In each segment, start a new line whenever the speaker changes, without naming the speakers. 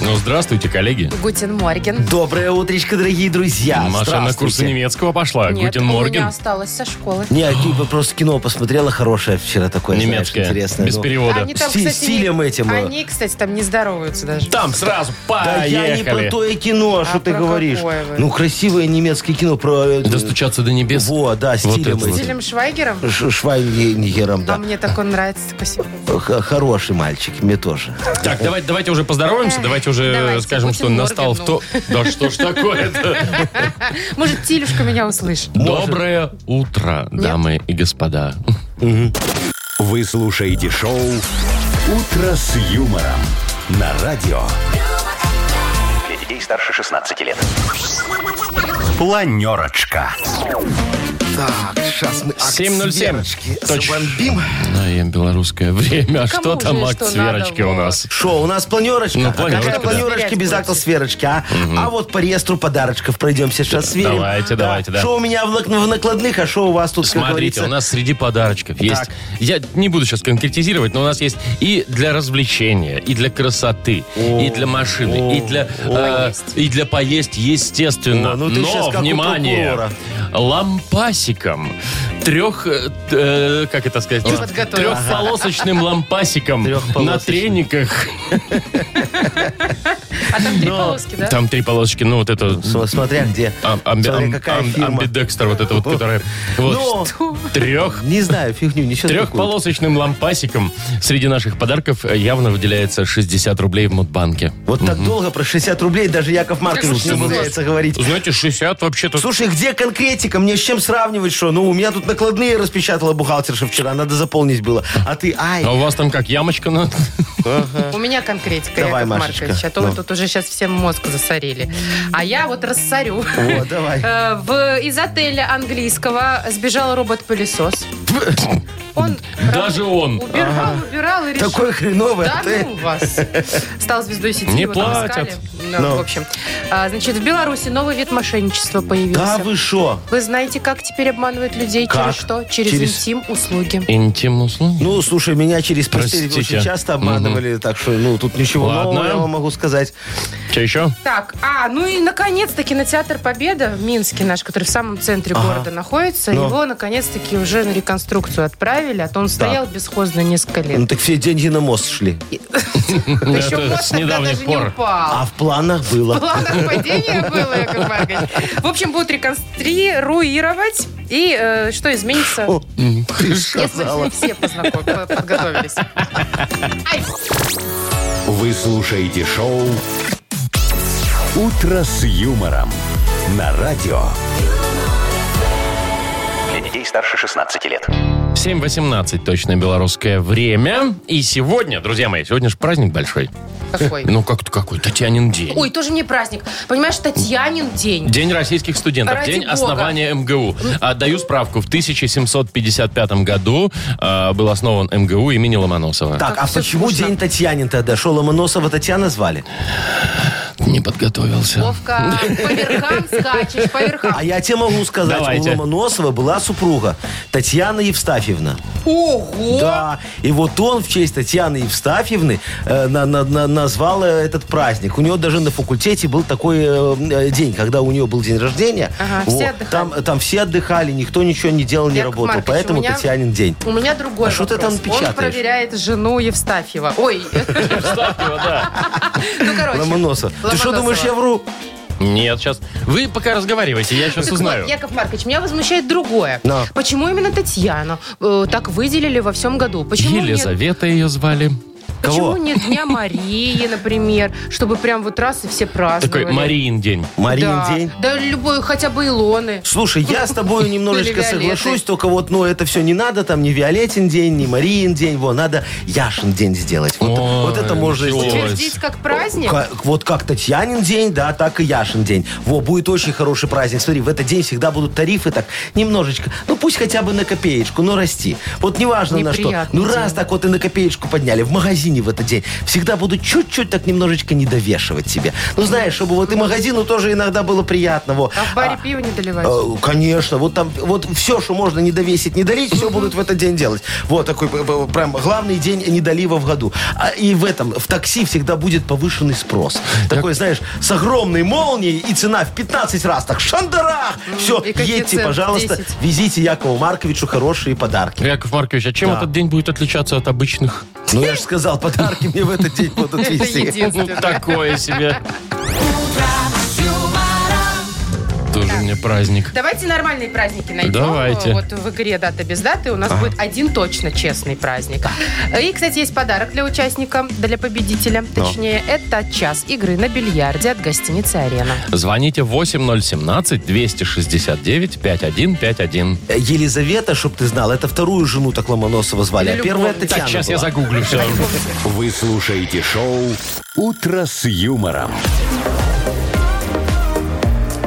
Ну, здравствуйте, коллеги.
Гутин Морген.
Доброе утречко, дорогие друзья.
Маша на
Здравствуйте.
курсы немецкого пошла.
Нет,
Гутен
у меня
Морген.
осталось со школы.
Нет, ну, просто кино посмотрела хорошее вчера такое, знаешь,
Немецкая.
интересное.
Без
Ну,
перевода.
Они там,
С-
кстати,
стилем
А, не-
этим, э.
Они, кстати, там не здороваются даже.
Там сразу
Да я не про
поехали.
то и кино, а что ты
А про
говоришь.
какое вы?
Ну, красивое немецкое кино про... э,
Достучаться до небес.
Во, да, стилем
это вот.
этим.
Стилем Швайгером.
Ш- Швайгенигером,
А
да.
мне так он нравится. такой симпатичный.
Х- Хороший мальчик, мне тоже.
Так, давайте, давайте уже поздороваемся, давайте уже
Давайте, ну.
скажем, что
Гутен
настал в то...
Морген,
Да что ж такое-то?
Может, Тилюшка меня услышит.
Доброе утро, дамы и господа.
Вы слушаете шоу «Утро с юмором» на радио. Для детей старше 16 лет. Планерочка.
Так, сейчас мы акт
7:07.
Сверочки
Точно.
забомбим.
Да, я Ну, белорусское время. А
Кому
что
же
там
что
акт
надо,
сверочки у
Вова?
нас?
Шо, у нас планерочка?
Ну,
А какая
планерочка, да.
планерочка без
Проверять
акта сверочки, а? А вот по реестру подарочков пройдемся, сейчас сверим.
Давайте, давайте, да.
Что у меня в, нак- в накладных, а что у вас тут, как
Смотрите,
говорится?
у нас среди подарочков есть...
Так.
Я не буду сейчас конкретизировать, но у нас есть и для развлечения, и для красоты, и для машины, и для... э, и для поесть, естественно.
О, ну ты
но,
щас как у
внимание,
прокурора.
лампасиком трех... э, э, как это сказать?
Я подготовилась.
Трехполосочным лампасиком на
Трехполосочным.
трениках.
А там три полоски, да?
Там три полосочки, ну вот это...
См- Смотря где.
ам- амби-
Смотря
ам-
какая
ам-
фирма.
амбидекстер, вот это вот, которая...
Ну.
Вот, трех
Не знаю, фигню, ничего такого.
Трехполосочным лампасиком среди наших подарков явно выделяется 60 рублей в Мудбанке.
Вот так долго про 60 рублей даже Яков Маркович не
Слушайте, ну,
умудряется говорить.
Знаете, 60 вообще-то...
Слушай, где конкретика? Мне с чем сравнивать, что? Ну, у меня тут накладные распечатала бухгалтерша вчера, надо заполнить было. А ты, ай,
А у вас там как, ямочка на...
У меня конкретика,
Давай,
Яков
Машечка.
Маркович, а то
Ну.
вы тут уже сейчас всем мозг засорили. А я вот рассорю.
О, давай.
Э, в- из отеля английского сбежал робот-пылесос. Он
Даже
раб-
он.
убирал, убирал и решил.
такой хреновый.
Да
а ты-
ну вас. Стал звездой сети.
Не
его там
платят.
искали. Ну,
Ну.
В общем, А, значит, в Беларуси новый вид мошенничества появился.
Да вы шо?
Вы знаете, как теперь обманывают людей?
Как?
Через что? Через,
Через-
интим услуги.
Интим услуги.
Ну, слушай, меня через постель
Простите.
очень часто обманывали, так что, ну, тут ничего
Ладно.
нового я вам могу сказать.
Что еще?
Так, а, ну и наконец-то кинотеатр Победа в Минске наш, который в самом центре города находится,
Ну.
его наконец-таки уже на реконструкцию отправили, а то он стоял бесхозно несколько
Ну,
лет.
так все деньги на мост шли.
Да еще
это
мост
с
тогда
недавних
даже не
пор.
упал.
А в планах
В
было.
планах падения было, Яков Маркович. В общем, будут реконструировать. И э, что изменится,
О, ты ж
если
сказала.
все познаком- по- подготовились. Ай,
Вы слушаете шоу «Утро с юмором» на радио. Для детей старше 16 лет.
7.18 точно белорусское время. И сегодня, друзья мои, сегодня же праздник большой.
какой.
Ну как-то какой, Татьянин день.
Ой, тоже мне праздник. Понимаешь, Татьянин день.
День российских студентов,
Ради
день
бога.
основания МГУ. Отдаю справку. В 1755 году э, был основан МГУ имени Ломоносова.
Так,
Как
а
всё
почему
скучно.
день Татьянин тогда? Шо, Ломоносова Татьяна звали?
Не подготовился.
Вовка, по верхам скачешь, по верхам.
А я тебе могу сказать,
Давайте.
у Ломоносова была супруга Татьяна Евстафьевна.
Ого!
Да, и вот он в честь Татьяны Евстафьевны э, на- на- на- назвал э, этот праздник. У него даже на факультете был такой э, э, день, когда у нее был день рождения.
Ага, все отдыхали.
там, там все отдыхали, никто ничего не делал, не
Яков
работал.
Маркович,
Поэтому
у меня-
Татьянин день.
У меня другой
А что ты
вопрос.
там печатаешь?
Он проверяет жену Евстафьева. Ой, ну короче.
Ломоносов. Ты что
Ломоносова.
думаешь, я вру?
Нет, сейчас. Вы пока разговаривайте, я сейчас
Так
узнаю.
вот, Яков Маркович, меня возмущает другое.
Да.
Почему именно Татьяну э, так выделили во всем году? Почему нет,
Елизавета ее звали.
почему
Кого?
нет Дня Марии, например, чтобы прям вот раз и все праздновали?
Такой Мариин день.
Марин
да.
день.
Да любой, хотя бы Илоны.
Слушай, я с тобой
Или
немножечко
Виолетты.
соглашусь, только вот, ну, это все не надо, там, не Виолетин день, не Мариин день, во, надо Яшин день сделать. Вот,
Ой,
вот это можно
ничего.
сделать.
Утвердить как праздник?
Как- вот как Татьянин день, да, так и Яшин день. Во, будет очень хороший праздник. Смотри, в этот день всегда будут тарифы так немножечко. Ну, пусть хотя бы на копеечку, но расти. Вот неважно на что.
Неприятный
Ну, раз
день.
так вот и на копеечку подняли, в магазин магазине в этот день, всегда буду чуть-чуть так немножечко недовешивать себе. Ну, знаешь, чтобы вот и магазину тоже иногда было приятно. во.
А в баре
А,
пиво не доливать.
Э, Конечно, вот там, вот все, что можно не довесить, не долить, все будут в этот день делать. Вот такой б- б- прям главный день недолива в году. А и в этом, в такси всегда будет повышенный спрос. Такой, знаешь, с огромной молнией и цена в 15 раз, так шандарах.
Ну,
Все,
и коэффициент
едьте, пожалуйста,
10.
везите Якову Марковичу хорошие подарки.
Яков Маркович, а чем
Да.
этот день будет отличаться от обычных?
Ну, я же сказал, подарки мне в этот день будут
Это
везти.
Ну,
единственное.
такое себе. Тоже мне праздник.
Давайте нормальные праздники найдем.
Давайте.
Вот в игре «Дата без даты» у нас будет один точно честный праздник. И, кстати, есть подарок для участника, для победителя. Точнее, это час игры на бильярде от гостиницы «Арена».
Звоните 8017-269-5151.
Э, Елизавета, чтоб ты знал, это вторую жену так Ломоносова звали,
Или
а первая
любовница.
Татьяна
Так, сейчас я
была.
загуглю все.
Вы слушаете шоу «Утро с юмором».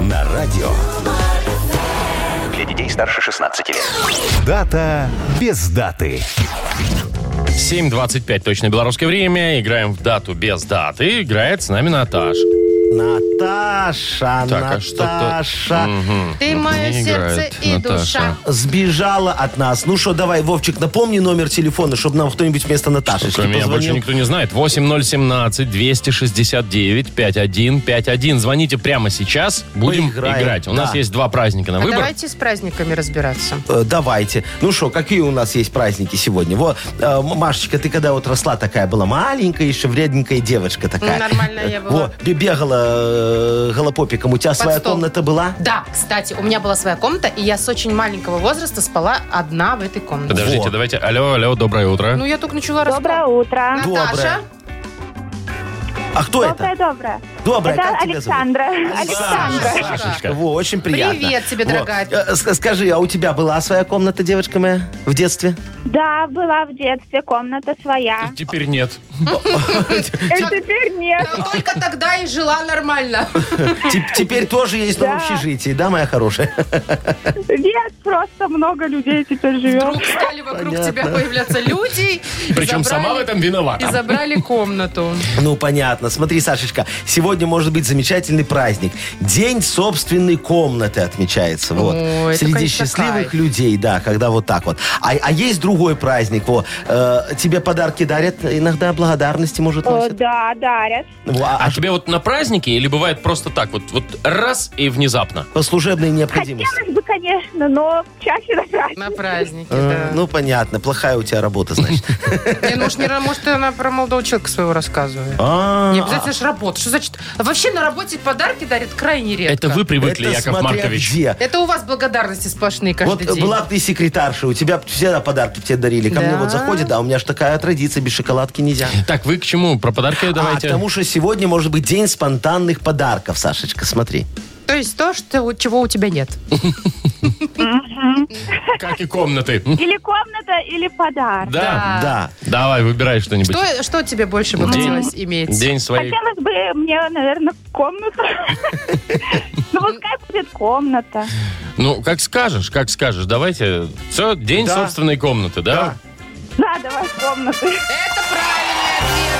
На радио.
Для детей старше 16 лет.
Дата без даты.
7.25, точно белорусское время. Играем в дату без даты. Играет с нами Наташа.
Наташа,
Так, а что-то-
Наташа.
Ты мое
не
сердце
играет
и
Наташа.
душа.
Сбежала от нас. Ну что, давай, Вовчик, напомни номер телефона, чтобы нам кто-нибудь вместо Наташи
А Кроме меня больше никто не знает. 8017-269-5151. Звоните прямо сейчас. Будем
Поиграем,
играть. У нас
да.
есть два праздника на
А
выбор.
давайте с праздниками разбираться.
Давайте. Ну что, какие у нас есть праздники сегодня? Вот, э, М- Машечка, ты когда вот росла такая была, маленькая еще вредненькая девочка такая. Э,
Ну, нормальная я была.
Во, бе- бегала э, голопопиком. У тебя своя
стол.
комната была?
Да, кстати, у меня была своя комната, и я с очень маленького возраста спала одна в этой комнате.
Подождите,
Во.
давайте. Алло, алло, доброе утро.
Ну, я только начала
Доброе
рассказывать.
утро.
Наташа,
Доброе. А кто
Доброе,
это?
доброе.
Доброе,
Это
как тебя зовут?
Александра. Александра.
Сашечка.
Сашечка.
Во, очень приятно.
Привет тебе,
Во.
дорогая.
Э, ск- Скажи, а у тебя была своя комната, девочка моя, в детстве?
Да, была в детстве комната своя.
Теперь нет.
И теперь нет.
Э, Только тогда и жила нормально.
Теп- Теперь тоже есть, но в
Да.
общежитии, да, моя хорошая?
Нет, просто много людей теперь живет.
Вдруг стали вокруг тебя появляться люди. и
Причем сама в
забрали-
этом
И
виновата.
забрали комнату.
Ну, понятно. Смотри, Сашечка, сегодня может быть замечательный праздник. День собственной комнаты отмечается. Вот.
О, это,
Среди
конечно,
счастливых
кайф.
людей, да, когда вот так вот. А, а есть другой праздник. Во, э, тебе подарки дарят, иногда благодарности, может,
Э,
носят.
Да, дарят.
Во, а,
А тебе вот на праздники или бывает просто так вот, вот раз и внезапно?
по служебной необходимости.
Хотелось бы, конечно, но чаще на праздник.
На празднике,
Э,
да.
Ну, понятно. Плохая у тебя работа, значит.
Не, ну уж не ра- может, она про молодого человека своего рассказывает.
А,
Не обязательно же работа. Что значит? Вообще на работе подарки дарят крайне редко.
Это вы привыкли,
это
Яков
смотря
Маркович.
где.
Это у вас благодарности сплошные
Вот
каждый
э,
день.
была бы ты секретарша, у тебя б всегда подарки б тебе дарили. Ко мне
Да.
вот заходит, а у меня же такая традиция, без шоколадки нельзя.
Так, вы к чему? Про подарки давайте.
А, потому что сегодня может быть день спонтанных подарков, Сашечка, смотри.
То есть то, что, у- чего у тебя нет.
Как и комнаты.
Или комната, или подарок.
Да.
Да.
Давай, выбирай что-нибудь.
Что, что тебе больше бы
День-
хотелось иметь?
День своей...
Хотелось бы мне, наверное, комнату. Ну, пускай будет комната.
Ну, как скажешь, как скажешь. Давайте... Все, день
Да.
собственной комнаты, да?
Да, давай комнату.
Это правильный ответ.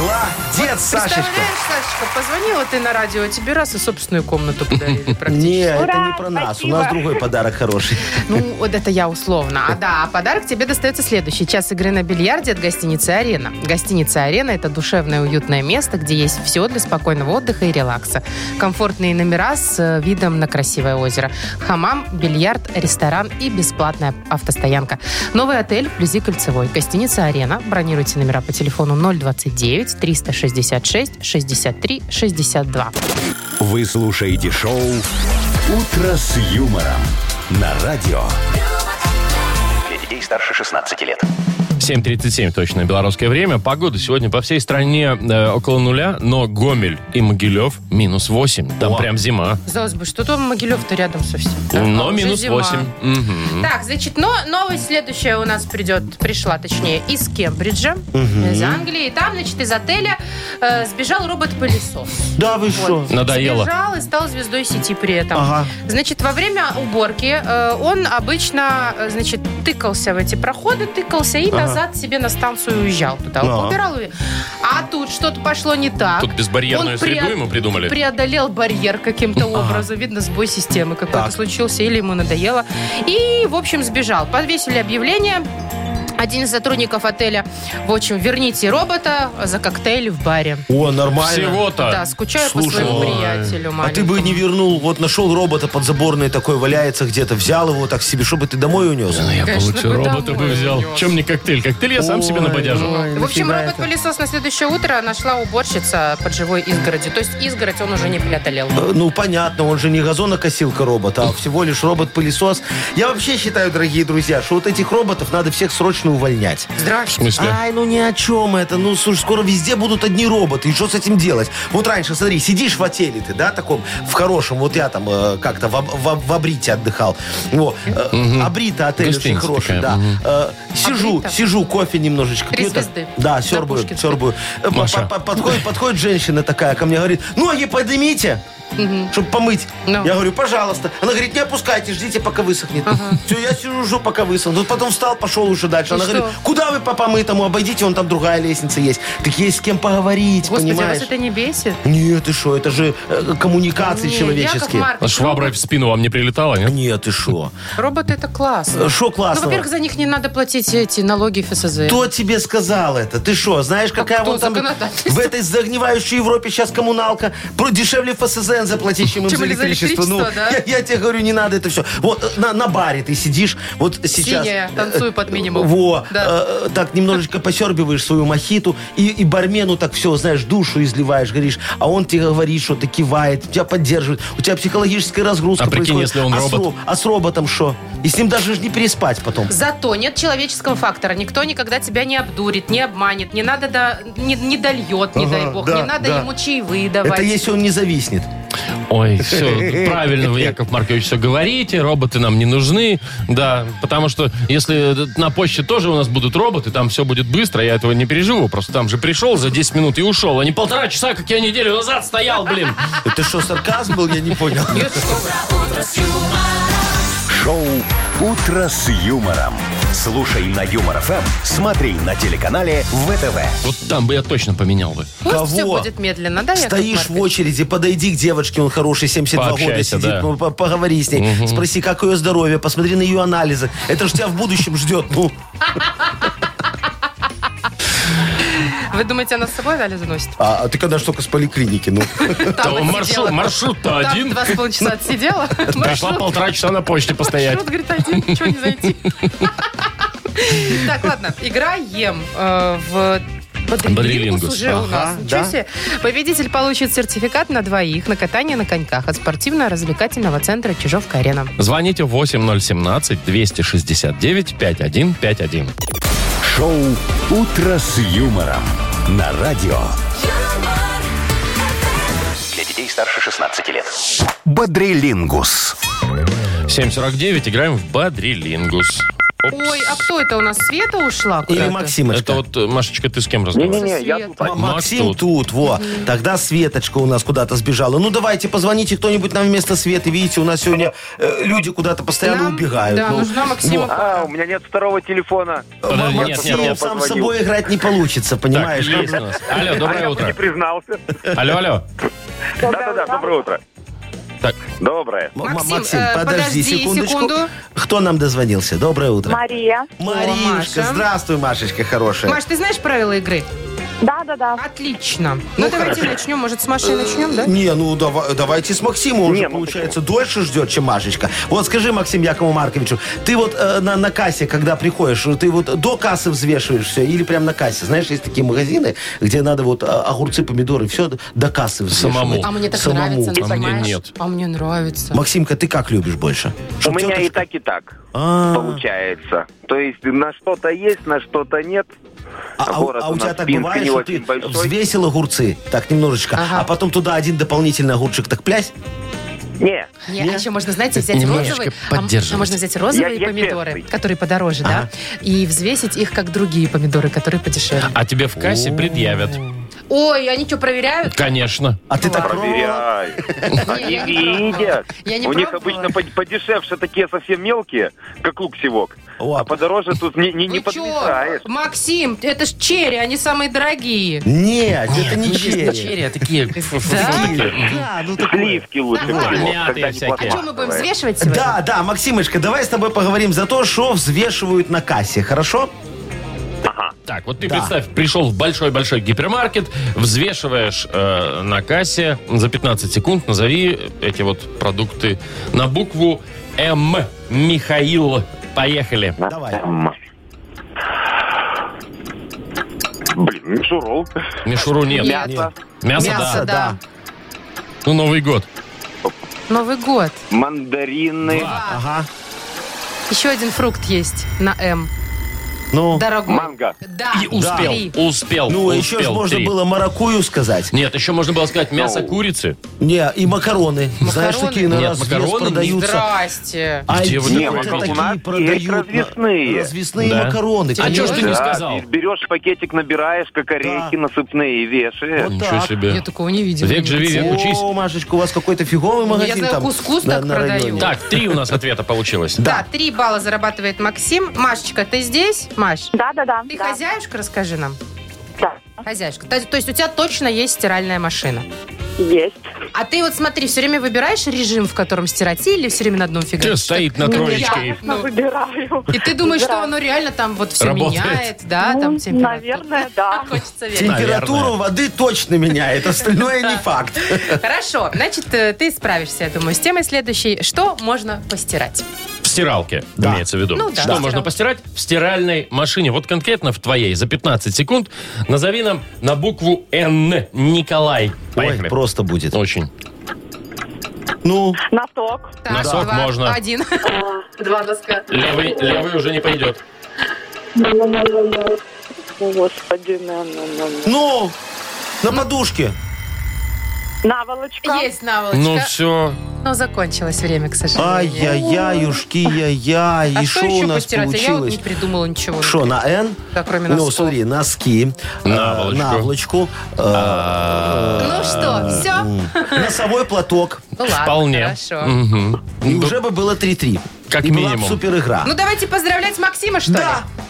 Молодец, Сашечка.
Представляешь, Сашечка, позвонила ты на радио, а тебе раз и собственную комнату подарили практически.
Не, это
Ура,
не про нас.
спасибо.
У нас другой подарок хороший.
Ну, вот это я условно. А да, а подарок тебе достается следующий. Час игры на бильярде от гостиницы «Арена». Гостиница «Арена» — это душевное уютное место, где есть все для спокойного отдыха и релакса. Комфортные номера с э, видом на красивое озеро. Хамам, бильярд, ресторан и бесплатная автостоянка. Новый отель вблизи Кольцевой. Гостиница «Арена». Бронируйте номера по телефону 029-366-63-62.
Вы слушаете шоу «Утро с юмором» на радио.
Для детей старше 16 лет.
7.37 точно белорусское время. Погода сегодня по всей стране э, около нуля, но Гомель и Могилев минус 8. Там прям зима.
Казалось бы, что там Могилев-то рядом совсем. А
Но
уже
минус
зима.
8. Мгм.
Так, значит, но новость следующая у нас придет, пришла, точнее, из Кембриджа, из Англии. И там, значит, из отеля э, сбежал робот-пылесос.
Да вы что?
Вот.
Надоело.
Сбежал и стал звездой сети при этом.
Ага.
Значит, во время уборки э, он обычно, э, значит, тыкался в эти проходы, тыкался и
Ага.
назад себе на станцию уезжал туда.
Да.
Он убирал ее. А тут что-то пошло не так.
Ну. Тут безбарьерную
Он
среду
преод-
ему придумали?
преодолел барьер каким-то образом. Видно, сбой системы какой-то
Так.
случился или ему надоело. И, в общем, сбежал. Подвесили объявление. Один из сотрудников отеля, в общем, верните робота за коктейль в баре.
О, нормально.
Всего-то.
Да, скучаю по
Слушай,
своему
ой.
приятелю
А ты бы не
маленькому.
вернул, вот нашел робота подзаборный такой, валяется где-то, взял его так себе, чтобы ты домой унес.
Я
Конечно,
получше
бы
робота
домой
бы взял.
унес.
Чем мне коктейль? Коктейль я сам себе
Ой,
набодяжу.
ну.
В общем,
нафига
робот-пылесос на следующее утро нашла уборщица под живой изгородью. То есть изгородь он уже не преодолел.
Э, Ну, понятно, он же не газонокосилка робот, а всего лишь робот-пылесос. Я вообще считаю, дорогие друзья, что вот этих роботов надо всех срочно увольнять.
В смысле?
Ай, ну ни о чем это. Ну, слушай, скоро везде будут одни роботы. И что с этим делать? Вот раньше, смотри, сидишь в отеле ты, да, таком, в хорошем. Вот я там э, как-то в, Аб- в Аб- в Абрите отдыхал. Во, э, Абрита отель очень
Гостиница
хороший,
такая,
да. Э, сижу,
Абрита?
сижу, кофе немножечко.
Три
пью так.
звезды.
Да,
На
сербую,
Пушкинской.
сербую. Э, по-
Маша.
по- Подходит, подходит женщина такая ко мне, говорит, ноги поднимите. Чтобы помыть.
Ну.
Я говорю, пожалуйста. Она говорит, не опускайте, ждите, пока высохнет. Все, я сижу, жду, пока высохнет. Тут потом встал, пошел уже дальше.
И
Она
что?
говорит, Куда вы по помытому? Обойдите, вон там другая лестница есть. Так есть с кем поговорить,
Господи, а
понимаешь?
вас это не бесит?
Нет, ты что, это же э, коммуникации
Не, Яков
человеческие.
А
Маркович,
Швабра в спину вам не прилетала, нет?
Нет, ты что?
роботы это классно.
Что
Ну,
классного?
во-первых, за них не надо платить эти налоги ФСЗ.
кто тебе сказал это? Ты что, знаешь, какая
А кто?
вон там
Законодательство.
в этой загнивающей Европе сейчас коммуналка про дешевле ФСЗН заплатить, чем им
Чем
за
или за
электричество. Ну,
электричество, да?
я, я тебе говорю, не надо это все. Вот э, на, на баре ты сидишь, вот сейчас... э,
Синяя, танцую под минимум.
Во,
Да.
э, так немножечко посербиваешь свою мохиту и, и бармену так все, знаешь, душу изливаешь, говоришь, а он тебе говорит, что ты кивает, тебя поддерживает, у тебя психологическая разгрузка
А прикинь,
происходит.
если он
а с
робот?
роб- а с роботом что? И с ним даже ж не переспать потом.
Зато нет человеческого фактора. Никто никогда тебя не обдурит, не обманет, не надо до- не, не дольет, не
Ага,
дай бог,
да,
не надо
да.
ему чаевые давать.
Это если он не зависнет.
Ой, все, правильно вы, Яков Маркович, все говорите, роботы нам не нужны, да, потому что если на почте тоже у нас будут роботы, там все будет быстро, я этого не переживу, просто там же пришел за 10 минут и ушел, а не полтора часа, как я неделю назад стоял, блин.
Это что, сарказм был? Я не понял.
Шоу «Утро с юмором». Слушай на Юмор ФМ, смотри на телеканале ВТВ.
Вот там бы я точно поменял бы.
Пусть все
Кого?
будет медленно, да, Яков
Стоишь в
Маркович?
очереди, подойди к девочке, он хороший, 72 года
Пообщайся,
сидит,
да.
ну, по- поговори с ней, спроси, как ее здоровье, посмотри на ее анализы. Это же тебя в будущем ждет, ну.
Вы думаете, она с собой анализы носит?
А, ты когда ж только с поликлиники, ну.
Там маршрут-
отсидела.
маршрут-то
Там
один.
два с половиной часа отсидела.
Прошла
Маршрут-
полтора часа на почте постоять.
Маршрут, говорит, один, ничего не зайти. Так, ладно, играем э, в Бодрилингус
Бодрилингус,
уже у нас.
ага,
Ничего
да.
себе. Победитель получит сертификат на двоих на катание на коньках от спортивно-развлекательного центра Чижовка-Арена.
Звоните 8017-269-5151.
Шоу «Утро с юмором» на радио
юмор,
Для детей старше 16 лет.
«Бодрилингус».
749, играем в Бадрилингус. Опс.
Ой, а кто это у нас? Света ушла
Или
куда-то?
Это
Максимочка.
вот, э, Машечка, ты с кем разговариваешь?
Не-не-не, я
Свет.
тут один.
М- Максим
Макс
тут, во. Тогда Светочка у нас куда-то сбежала. Ну, давайте, позвоните кто-нибудь нам вместо Светы. Видите, у нас сегодня э, люди куда-то постоянно
Нам,
убегают.
да,
ну.
нужна Максима.
А, у меня нет второго телефона.
М-
Подожди, нет, нет,
Максим
нет.
сам с
позвонил.
собой играть не получится,
Так,
понимаешь?
есть у нас. Алло, доброе утро.
Признался.
Алло, алло.
Да-да-да, доброе утро.
Так.
Доброе.
М-
Максим,
Максим,
э,
подожди
подожди
секундочку.
секунду.
Кто нам дозвонился? Доброе утро.
Мария.
Маришка,
Маша.
здравствуй, Машечка хорошая.
Маш, ты знаешь правила игры?
Да-да-да.
Отлично. Ну, давайте начнем. Может, с Машей начнем, да?
Не, ну дава- давайте с Максимом. Он
Не,
же,
ну
получается, дольше ждет, чем Машечка. Вот скажи, Максим Якову Марковичу, ты вот э, на, на кассе, когда приходишь, ты вот до кассы взвешиваешь все или прям на кассе? Знаешь, есть такие магазины, где надо вот э, огурцы, помидоры, все до кассы взвешивать.
Самому.
А мне так
Самому.
нравится,
А мне
понимаешь?
нет.
А мне нравится.
Максимка, ты как любишь больше?
У
Чтоб
меня и
тетушка-
так, и так
А,
получается. То есть на что-то есть, на что-то нет.
А, а у-
Город
а
у
у тебя
нас
так
Минск
бывает,
не
что ты
очень большой.
взвесил огурцы, так немножечко,
Ага.
а потом туда один дополнительный огурчик так плясь?
Не,
Не, а еще можно, знаете, взять
Немножечко
розовые, а м-
поддерживать.
а можно взять розовые
Я- я
помидоры,
честный.
которые подороже, да, и взвесить их как другие помидоры, которые подешевле.
А тебе в кассе предъявят.
Ой, они что, проверяют?
Конечно.
А
Ну,
ты так пробовала?
Проверяй. Они
я не пробовала.
видят.
Я не
У них
пробовала.
обычно под- подешевше такие совсем мелкие, как лук-севок.
О,
А подороже тут не, не, не
Вы Ну чё?
подмешаешь.
Максим, это ж черри, они самые дорогие.
Нет, это
Ну,
не черри.
ну,
а
Черри такие.
Да?
Да, ну такое.
Сливки лучше
Давай.
всего,
Мятые
когда не
всякие.
А что, мы будем
пластмассовые.
взвешивать сегодня?
Да, да, Максимочка, давай с тобой поговорим за то, что взвешивают на кассе, хорошо?
Так, вот ты
Да.
представь, пришел в большой-большой гипермаркет, взвешиваешь э, на кассе за 15 секунд, назови эти вот продукты на букву М. Михаил, поехали.
Давай.
М. Блин, мишурол.
Мишуру нет.
Нет.
Мясо.
Мясо,
Мясо,
да.
да.
Ну, Новый год.
Новый год.
Мандарины.
Ага.
Еще один фрукт есть на М.
Ну,
Дорогой.
Манго.
Да.
И успел,
Три.
успел,
ну
успел.
еще ж можно
Три.
было маракую сказать.
Нет, еще можно было сказать мясо
Ну.
курицы.
Не, и макароны. Знаешь,
Макароны?
такие на
Нет,
раз вес
макароны не-
продаются.
Здрасте.
А
Где вы
эти
такое
вот
видели?
такие
У нас есть
продают на-
развесные.
Развесные
Да.
макароны.
А чё ж ты не
конечно.
сказал?
Да, берешь пакетик, набираешь, как орехи, насыпные, вешаешь.
Вот
Ничего
так.
себе.
Я такого не видела.
А, Век живи, век учись.
О, Машечка, у вас какой-то фиговый
Ну, я
магазин
знаю,
там.
кускус так продают.
районе.
Так, три у нас ответа получилось.
Да, три балла зарабатывает Максим. Машечка, ты здесь? Маш,
Да, да, да.
ты
да.
хозяюшка, расскажи нам.
Да.
Хозяюшка. То, то есть у тебя точно есть стиральная машина.
Есть.
А ты вот смотри, все время выбираешь режим, в котором стирать, или все время на одном
Ты
фигаре?
стоит на троечке. и-
Я, ну,
Выбираю.
и ты думаешь, что
Да.
оно реально там вот все
Работает.
меняет, да, там
Ну,
температура.
Наверное, да.
Хочется верить.
Температуру
Наверное.
воды точно меняет, остальное не факт.
Хорошо, значит, э, ты справишься, я думаю, с темой следующей. Что можно постирать?
В стиралке,
Да.
имеется в виду.
Ну да,
Что
в
можно
стиралке.
постирать? В стиральной машине. Вот конкретно в твоей за 15 секунд назови нам на букву Н. Николай. Поехали.
Ой, просто будет.
Очень.
Ну,
Носок.
Так,
Носок
два,
можно.
Один. Два носка.
Левый, левый уже не пойдет.
Господи, на, на, на, на.
ну, на подушке.
Наволочка.
Есть наволочка.
Ну все.
Но закончилось время, к сожалению.
Ай-яй-яй, ушки, яй-яй.
Ну. А
И
что
что у
еще
нас
постирать? А Я вот
получилось?
не придумала ничего.
Что, на Н?
Да, кроме
Ну,
носков.
смотри, носки, э,
Наволочку. А.
наволочку, э,
Ну что, все?
носовой платок.
Ну ладно,
Вполне.
хорошо.
Мгм.
И уже бы было 3-3.
Ну, Как
И была бы
минимум.
супер игра.
Ну давайте поздравлять Максима, что
Да.
ли?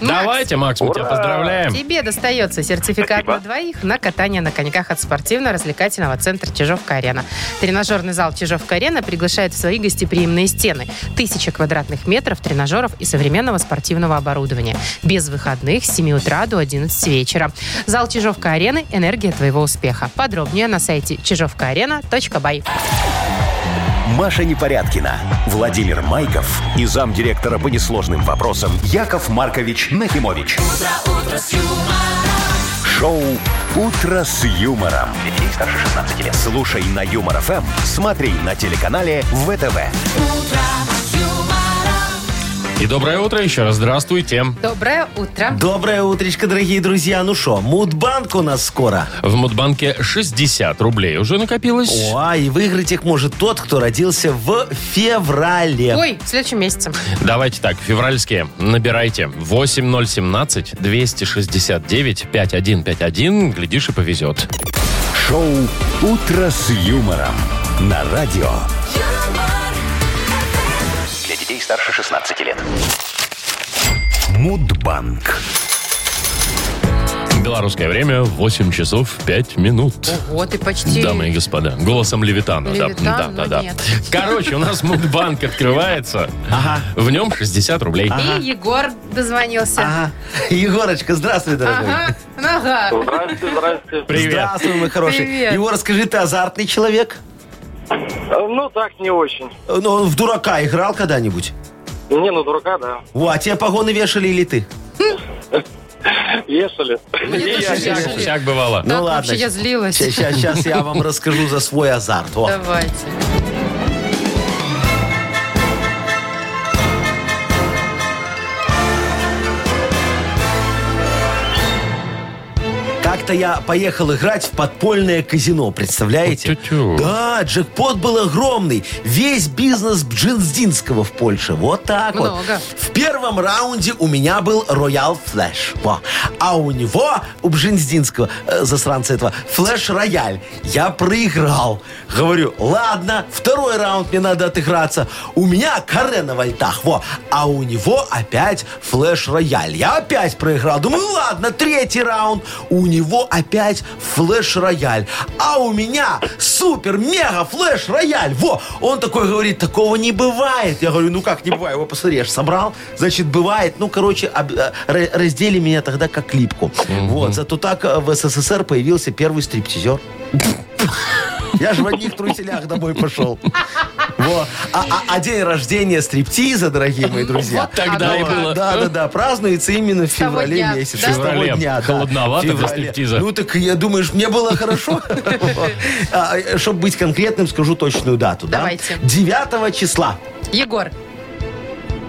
Макс,
Давайте, Макс, мы тебя поздравляем.
Тебе достается сертификат на двоих на катание на коньках от спортивно-развлекательного центра «Чижовка-арена». Тренажерный зал «Чижовка-арена» приглашает в свои гостеприимные стены. Тысяча квадратных метров тренажеров и современного спортивного оборудования. Без выходных с 7 утра до 11 вечера. Зал «Чижовка-арены» – энергия твоего успеха. Подробнее на сайте чижовкаарена.бай.
Маша Непорядкина, Владимир Майков и замдиректора по несложным вопросам Яков Маркович Нахимович. Шоу Утро с юмором. Детей старше 16 лет. Слушай на юмор ФМ, смотри на телеканале ВТВ.
И доброе утро еще раз. Здравствуйте.
Доброе утро.
Доброе утречко, дорогие друзья. Ну что, мудбанк у нас скоро.
В Мудбанке 60 рублей уже накопилось.
О, а и выиграть их может тот, кто родился в феврале.
Ой, в следующем месяце.
Давайте так, февральские, набирайте 8017-269-5151, глядишь и повезет.
Шоу Утро с юмором на радио.
Для детей старше 16 лет.
Мудбанк.
Белорусское время 8 часов 5 минут.
Ого, ты почти...
Дамы и господа, голосом Левитана. да,
Левитан,
да,
ну
да, да.
нет.
Короче, у нас Мудбанк открывается. В нем 60 рублей.
И Егор дозвонился.
Ага. Егорочка, здравствуй, дорогой.
Ага, ага.
Здравствуйте, здравствуйте.
Привет.
Здравствуй, мой хороший.
Привет.
Егор, скажи, ты азартный человек?
Ну, так не очень.
Э, Ну, он в дурака играл когда-нибудь?
Не, ну, дурака, да.
О, а тебе погоны вешали или ты?
Вешали.
Мне тоже
Всяк-
жаль.
Всяк
Ну,
бывало.
Так вообще я злилась.
Сейчас, я вам расскажу за свой азарт. О.
Давайте.
Как-то это я поехал играть в подпольное казино, представляете?
Тю-тю.
Да, джекпот был огромный. Весь бизнес Бджинздинского в Польше. Вот так вот.
Много.
В первом раунде у меня был Роял Флэш. Во. А у него, у Бжинздинского, э, засранца этого, Флэш Рояль. Я проиграл. Говорю, ладно, второй раунд мне надо отыграться. У меня каре на вольтах. Во. А у него опять Флэш Рояль. Я опять проиграл. Думаю, ладно, третий раунд. У него опять Флэш Рояль. А у меня супер-мега Флэш Рояль. Во. Он такой говорит, такого не бывает. Я говорю, ну как не бывает? Его посмотри, я ж собрал. Значит, бывает. Ну, короче, об- э, ра- раздели меня тогда как липку. Вот. Зато так э, в СССР появился первый стриптизер. Я же в одних труселях домой пошел. Во. А, а- а день рождения стриптиза, дорогие мои друзья.
Вот Тогда
и было.
Да, да, да. Празднуется именно в
того
феврале
дня,
месяце.
да?
с того
Феврале.
дня, да.
Холодновато для
Феврале.
стриптиза.
Ну так я думаешь, мне было хорошо. Чтобы быть конкретным, скажу точную дату. да?
Давайте.
9 числа.
Егор,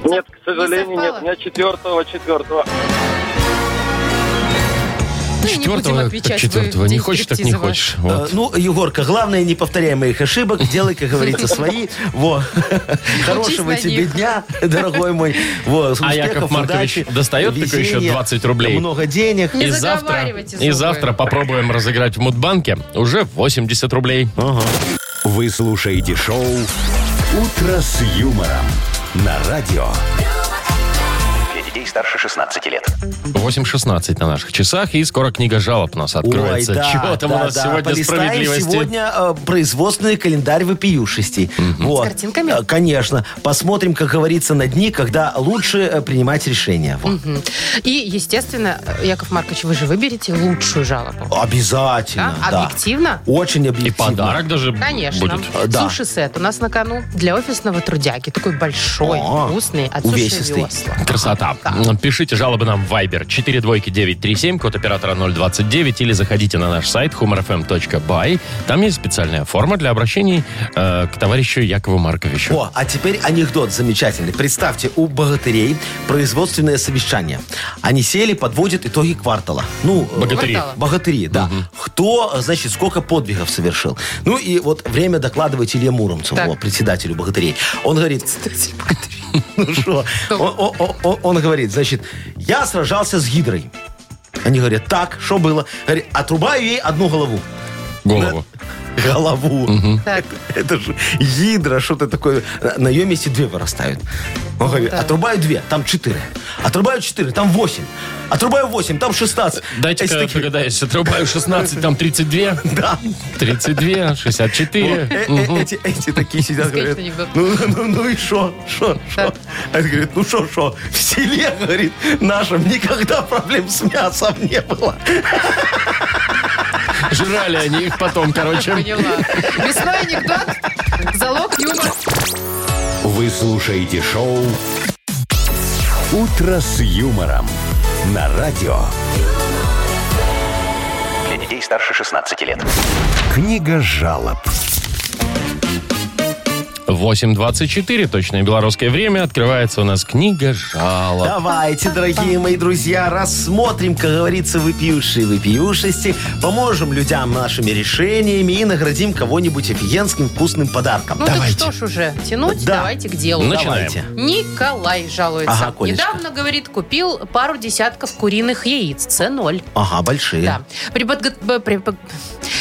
Нет, к сожалению, нет.
совпало?
У меня четвертого, четвертого.
ну и не будем
Четвертого, так
отвечать. вы
четвертого. Не
день
хочешь, так не
стриптиза ваш.
хочешь.
Э,
Вот.
Ну, Егорка, главное, не повторяй моих ошибок, делай, как говорится, свои. Во. Хорошего
на
тебе
них.
дня, дорогой мой. Во,
А
успехов,
Яков Маркович
удачи,
достает такой еще
везения,
20 рублей?
Много денег.
Не
и завтра,
заговаривайте
и
зубы.
завтра попробуем разыграть в Мудбанке уже 80 рублей.
Вы слушаете шоу «Утро с юмором» на радио.
Для детей старше 16 лет.
8.16 на наших часах, и скоро книга жалоб у нас
Ой,
откроется.
да,
Чего там
да,
у нас
да.
сегодня
Полистаем
справедливости?
сегодня э, производственный календарь вопиюшестей. Вот.
С картинками?
Э, Конечно. Посмотрим, как говорится, на дни, когда лучше э, принимать решения. Вот.
И, естественно, Яков Маркович, вы же выберете лучшую жалобу.
Обязательно.
Да? А,
да.
Объективно?
Очень
И
объективно.
подарок даже б-
Конечно.
будет. А,
Э, да.
Суши-сет у нас на кону для офисного трудяги. Такой большой,
О,
вкусный, от
увесистый.
суши-весла.
Красота. Пишите жалобы нам в Viber 42937, код оператора 029, или заходите на наш сайт humorfm.by. Там есть специальная форма для обращений э, к товарищу Якову Марковичу.
О, а теперь анекдот замечательный. Представьте, у богатырей производственное совещание. Они сели, подводят итоги квартала. Ну, э,
Богатыри.
Квартала.
богатыри, да. Кто, значит, сколько подвигов совершил. Ну и вот время докладывать Илье Муромцеву,
Так.
о, председателю богатырей. Он говорит... Ну что? Он- он- он- он- Он говорит, значит, я сражался с гидрой. Они говорят, так, что было? Говорит, отрубаю ей одну голову.
Голову.
Голову.
Так,
Это же гидра, что-то такое. На ее месте две вырастают. Он говорит,
Да.
отрубаю две, там четыре. Отрубаю четыре, там восемь. Отрубаю восемь, там шестнадцать.
Дайте-ка
Эти
я
такие,
догадаюсь. Отрубаю 16, там 32.
Да.
32, 64.
Э, э,
Мгм.
Эти, эти такие сидят, говорят,
Скучный анекдот.
ну, ну, ну и шо, шо, шо.
Так.
А это говорит, ну шо, шо, в селе, говорит, нашем никогда проблем с мясом не было. э.
Жрали они их потом, короче.
поняла. Мясной анекдот. Залог юмора.
Вы слушаете шоу «Утро с юмором» на радио.
Для детей старше 16 лет.
Книга жалоб.
8.24, точное белорусское время. Открывается у нас книга жалоб.
Давайте, дорогие мои друзья, рассмотрим, как говорится, выпившие выпившести, поможем людям нашими решениями и наградим кого-нибудь офигенским вкусным подарком.
Ну так
Давайте.
что ж уже тянуть,
Да.
давайте к делу.
Начинаем.
Давайте.
Николай жалуется.
Ага, Колечка.
Недавно, говорит, купил пару десятков куриных яиц. С0.
Ага, большие.
Да. При, подго- б- при- б-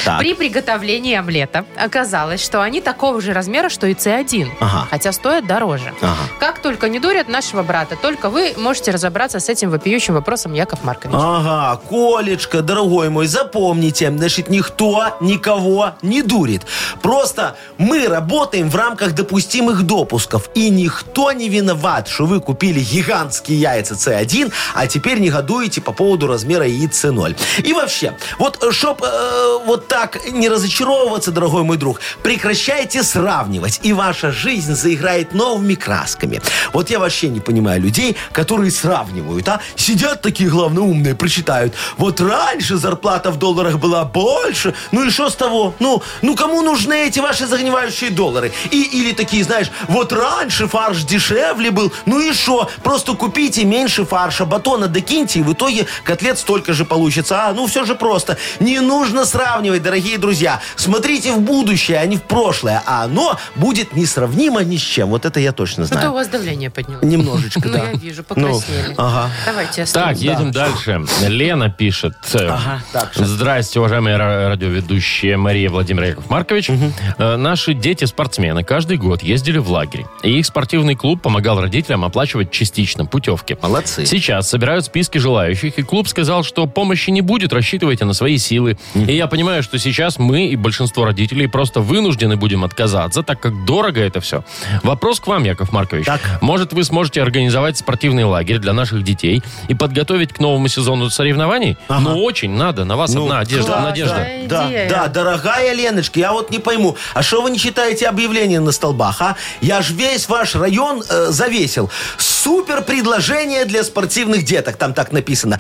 Так.
при приготовлении омлета оказалось, что они такого же размера, что и С1,
Ага.
хотя стоят дороже.
Ага.
Как только не дурят нашего брата, только вы можете разобраться с этим вопиющим вопросом, Яков Маркович.
А,
А
Ага, Колечка, дорогой мой, запомните, значит, никто никого не дурит. Просто мы работаем в рамках допустимых допусков. И никто не виноват, что вы купили гигантские яйца С1, а теперь негодуете по поводу размера яиц С0. И вообще, вот э, чтоб э, вот вот так не разочаровываться, дорогой мой друг. Прекращайте сравнивать, и ваша жизнь заиграет новыми красками. Вот я вообще не понимаю людей, которые сравнивают, а? Сидят такие, главное, умные, прочитают. Вот раньше зарплата в долларах была больше, ну и что с того? Ну, ну кому нужны эти ваши загнивающие доллары? И, или такие, знаешь, вот раньше фарш дешевле был, ну и что? Просто купите меньше фарша, батона докиньте, и в итоге котлет столько же получится. А, ну все же просто. Не нужно сравнивать, дорогие друзья. Смотрите в будущее, а не в прошлое. А оно будет несравнимо ни с чем. Вот это я точно
Ну, то у
знаю.
вас давление поднялось.
Немножечко,
Ну,
да.
я вижу, покраснели.
ага.
Давайте
Так,
остановимся.
едем дальше. Лена пишет. э,
так, что?
Здрасте, уважаемые ра- радиоведущие Мария Владимир Яков Маркович. Э, Наши дети-спортсмены каждый год ездили в лагерь. И их спортивный клуб помогал родителям оплачивать частично путевки.
Молодцы.
Сейчас собирают списки желающих, и клуб сказал, что помощи не будет, рассчитывайте на свои силы. И я понимаю, что сейчас мы и большинство родителей просто вынуждены будем отказаться, так как дорого это все. Вопрос к вам, Яков Маркович.
Так.
Может, вы сможете организовать спортивный лагерь для наших детей и подготовить к новому сезону соревнований? Ну, очень надо. На вас
Ну,
одна одежда.
да,
надежда.
Да,
Идея.
да, дорогая Леночка, я вот не пойму, а что вы не читаете объявления на столбах, а? Я ж весь ваш район э, завесил. Супер предложение для спортивных деток, там так написано.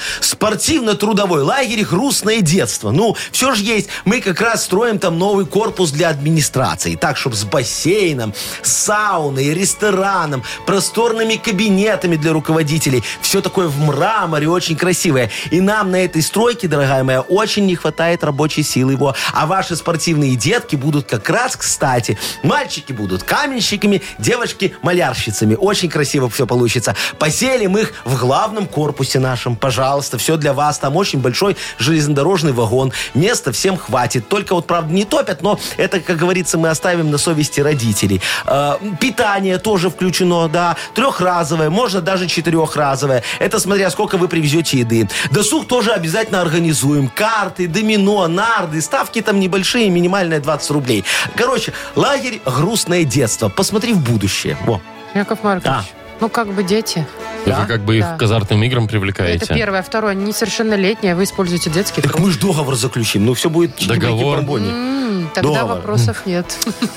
Спортивно-трудовой лагерь «Грустное детство». Ну, все же есть. Мы как раз строим там новый корпус для администрации. Так, чтобы с бассейном, сауной, рестораном, просторными кабинетами для руководителей. Все такое в мраморе, очень красивое. И нам на этой стройке, дорогая моя, очень не хватает рабочей силы его. А ваши спортивные детки будут как раз кстати. Мальчики будут каменщиками, девочки малярщицами. Очень красиво все получится. Поселим их в главном корпусе нашем. Пожалуйста, все для вас. Там очень большой железнодорожный вагон. Места всем хватит. Только вот, правда, не топят, но это, как говорится, мы оставим на совести родителей. Э, питание тоже включено, да. Трехразовое, можно даже четырехразовое. Это смотря сколько вы привезете еды. Досуг тоже обязательно организуем. Карты, домино, нарды. Ставки там небольшие, минимальная 20 рублей. Короче, лагерь «Грустное детство». Посмотри в будущее. Во. А,
Яков Маркович,
Да.
ну как бы дети.
Вы как бы их
Да.
к азартным играм привлекаете.
Это первое. Второе, несовершеннолетние, а вы используете детский
Так
труд.
мы же договор заключим. Ну, все будет
Договор.
чики-бамбони.
М, Тогда
Дома.
вопросов нет.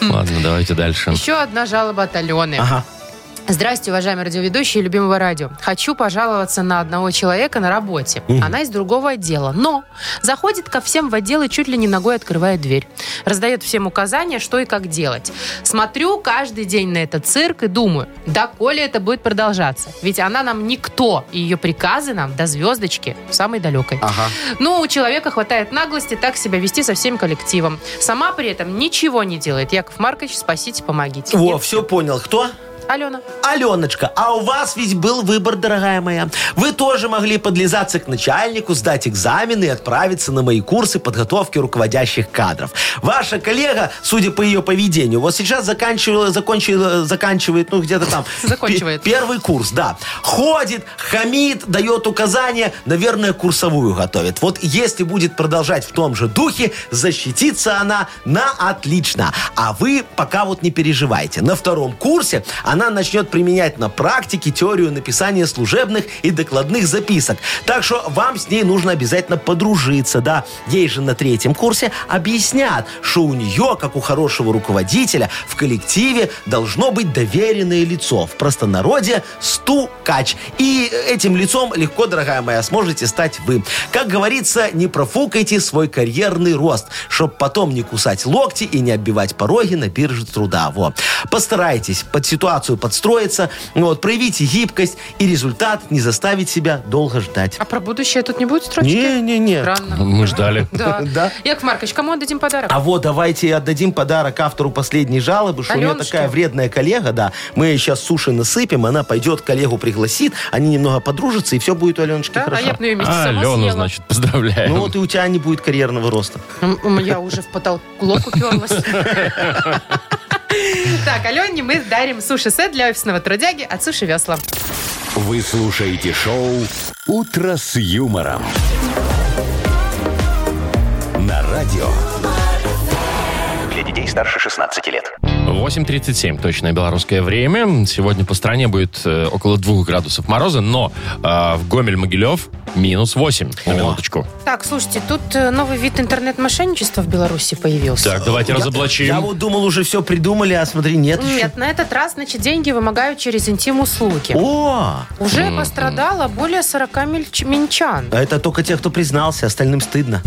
Ладно, давайте дальше.
Еще одна жалоба от Алены.
Ага.
Здравствуйте, уважаемые радиоведущие любимого радио. Хочу пожаловаться на одного человека на работе. Она из другого отдела, но заходит ко всем в отдел и чуть ли не ногой открывает дверь. Раздает всем указания, что и как делать. Смотрю каждый день на этот цирк и думаю, да коли это будет продолжаться? Ведь она нам никто, и ее приказы нам до звездочки самой далекой.
Ага.
Но у человека хватает наглости так себя вести со всем коллективом. Сама при этом ничего не делает. Яков Маркович, спасите, помогите.
Во, все понял. Кто?
Алена.
Аленочка, а у вас ведь был выбор, дорогая моя. Вы тоже могли подлизаться к начальнику, сдать экзамены и отправиться на мои курсы подготовки руководящих кадров. Ваша коллега, судя по ее поведению, вот сейчас заканчивала, закончила, заканчивает, ну где-то там.
Заканчивает.
пе- Первый курс, да. Ходит, хамит, дает указания, наверное, курсовую готовит. Вот если будет продолжать в том же духе, защитится она на отлично. А вы пока вот не переживайте. На втором курсе она начнет применять на практике теорию написания служебных и докладных записок. Так что вам с ней нужно обязательно подружиться, да. Ей же на третьем курсе объяснят, что у нее, а как у хорошего руководителя, в коллективе должно быть доверенное лицо. В простонародье стукач. И этим лицом легко, дорогая моя, сможете стать вы. Как говорится, не профукайте свой карьерный рост, чтоб потом не кусать локти и не оббивать пороги на бирже труда. Во. Постарайтесь под ситуацию подстроиться, ну вот, проявите гибкость и результат не заставить себя долго ждать.
А про будущее тут не будет строчки?
Не-не-не.
Странно.
Мы ждали.
Да.
Да.
Яков Маркович, кому отдадим подарок?
А вот давайте и отдадим подарок автору последней жалобы, что у меня
Аленушке.
такая вредная коллега, да. Мы ей сейчас суши насыпем, она пойдет, коллегу пригласит, они немного подружатся, и все будет у Аленочки
Да? А
хорошо.
я бы на ее месте сама
Алену,
съела.
значит, поздравляем.
Ну вот и у тебя не будет карьерного роста.
М, Я уже в потолок уперлась. Так, Алене мы дарим суши-сет для офисного трудяги от Суши Весла.
Вы слушаете шоу «Утро с юмором». На радио.
Для детей старше 16 лет.
8.37, точное белорусское время. Сегодня по стране будет э, около 2 градусов мороза, но э, в Гомель-Могилев Минус 8 на минуточку.
Так, слушайте, тут э, новый вид интернет-мошенничества в Беларуси появился.
Так, давайте разоблачим.
Я вот думал, уже все придумали, а смотри, нет еще.
Нет, на этот раз, значит, деньги вымогают через интим-услуги.
О, М-м-м.
Уже пострадало более 40 мельч- минчан.
а это только те, кто признался, остальным стыдно.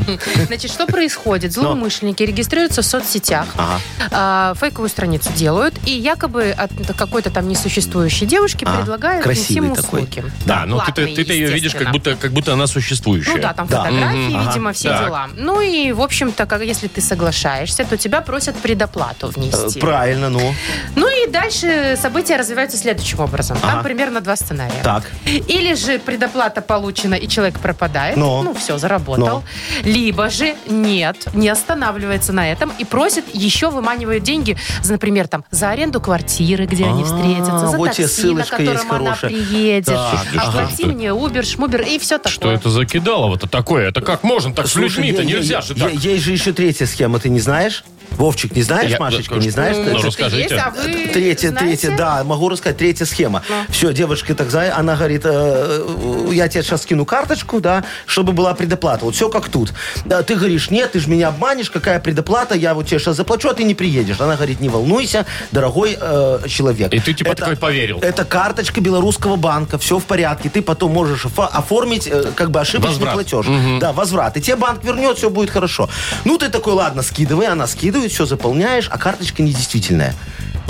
Значит, что происходит?
Ну.
Злоумышленники регистрируются в соцсетях,
Ага.
а, фейковую страницу делают, и якобы от какой-то там несуществующей девушки
А,
предлагают
красивый
интим
такой.
услуги.
Да, ну ты- ты,
Платные,
ты-то ее видишь, как будто,
естественно.
как будто она существующая.
Ну да, там
Да.
фотографии, видимо, все
Так.
дела. Ну и, в общем-то, как, если ты соглашаешься, то тебя просят предоплату
Э,
внести.
Правильно, ну.
Ну и дальше события развиваются следующим образом. Там
Ага.
примерно два сценария.
Так.
Или же предоплата получена, и человек пропадает.
Но.
Ну, все, заработал.
Но.
Либо же нет, не останавливается на этом и просит, еще выманивают деньги, за, например, там, за аренду квартиры, где они
А,
встретятся, за
вот тебе
такси, на
ссылочка
котором
есть
она
хорошая.
приедет.
Так,
Слушайте, что
Оплати
это?
мне Убер, Шмубер и все такое.
Что это за кидалово-то такое? Это как можно так
Слушай,
с людьми-то?
е- е-
Нельзя же так.
е- Есть же еще третья схема, ты не знаешь? Вовчик, не знаешь,
Я-
Машечка,
да,
не знаешь?
ну,
Ты-
ну,
ты-
расскажи. Скажите.
Есть, а вы
Э, Третья,
знаете? Ну.
третья, да, могу рассказать, третья схема. Все, девушка так за, она говорит, э, э, я тебе сейчас скину карточку, да, чтобы была предоплата. Вот все как тут. Да, ты говоришь, нет, ты же меня обманешь, какая предоплата, я вот тебе сейчас заплачу, а ты не приедешь. Она говорит, не волнуйся, дорогой э, человек.
И ты типа такой поверил.
Это карточка белорусского банка, все в порядке. Ты потом можешь офа- оформить э, как бы ошибочный
Возврат.
платеж. Да, возврат. И тебе банк вернет, все будет хорошо. Ну, ты такой, ладно, скидывай, она скидывает, все заполняешь, а карточка недействительная.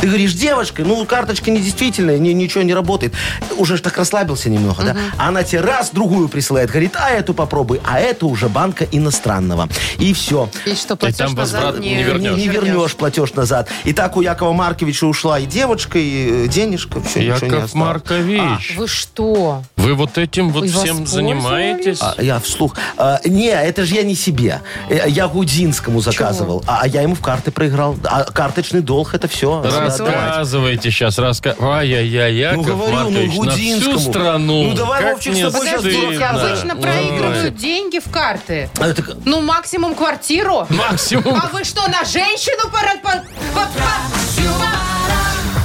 Ты говоришь, девочка, ну, карточка недействительная, ни- ничего не работает. Уже ж так расслабился немного, да? А Она тебе раз другую присылает, говорит, а эту попробуй, а это уже банка иностранного. И все.
И что, платеж
там
назад
возврат не вернешь.
Не вернешь платеж назад. И так у Якова Марковича ушла и девочка, и э, денежка, все, ничего не А.
Яков
осталось.
Маркович,
Вы что?
вы вот этим вот
Вы
всем
воспользовались?
занимаетесь?
А, Я вслух. А, не, это же я не себе. Э, Я Гудинскому заказывал. А, а я ему в карты проиграл. А карточный долг это все.
Рассказывайте сейчас, раска... Ай-яй-яй,
Ну,
Яков
говорю, ну,
Маркович, на всю
Гудинскому.
страну.
Ну, давай,
Как
Вовчик,
мне
с тобой сейчас
стыдно.
дурака
Обычно проигрывают деньги в карты.
А,
Ну, максимум квартиру.
Максимум.
А вы что, на женщину пора... по- по- по-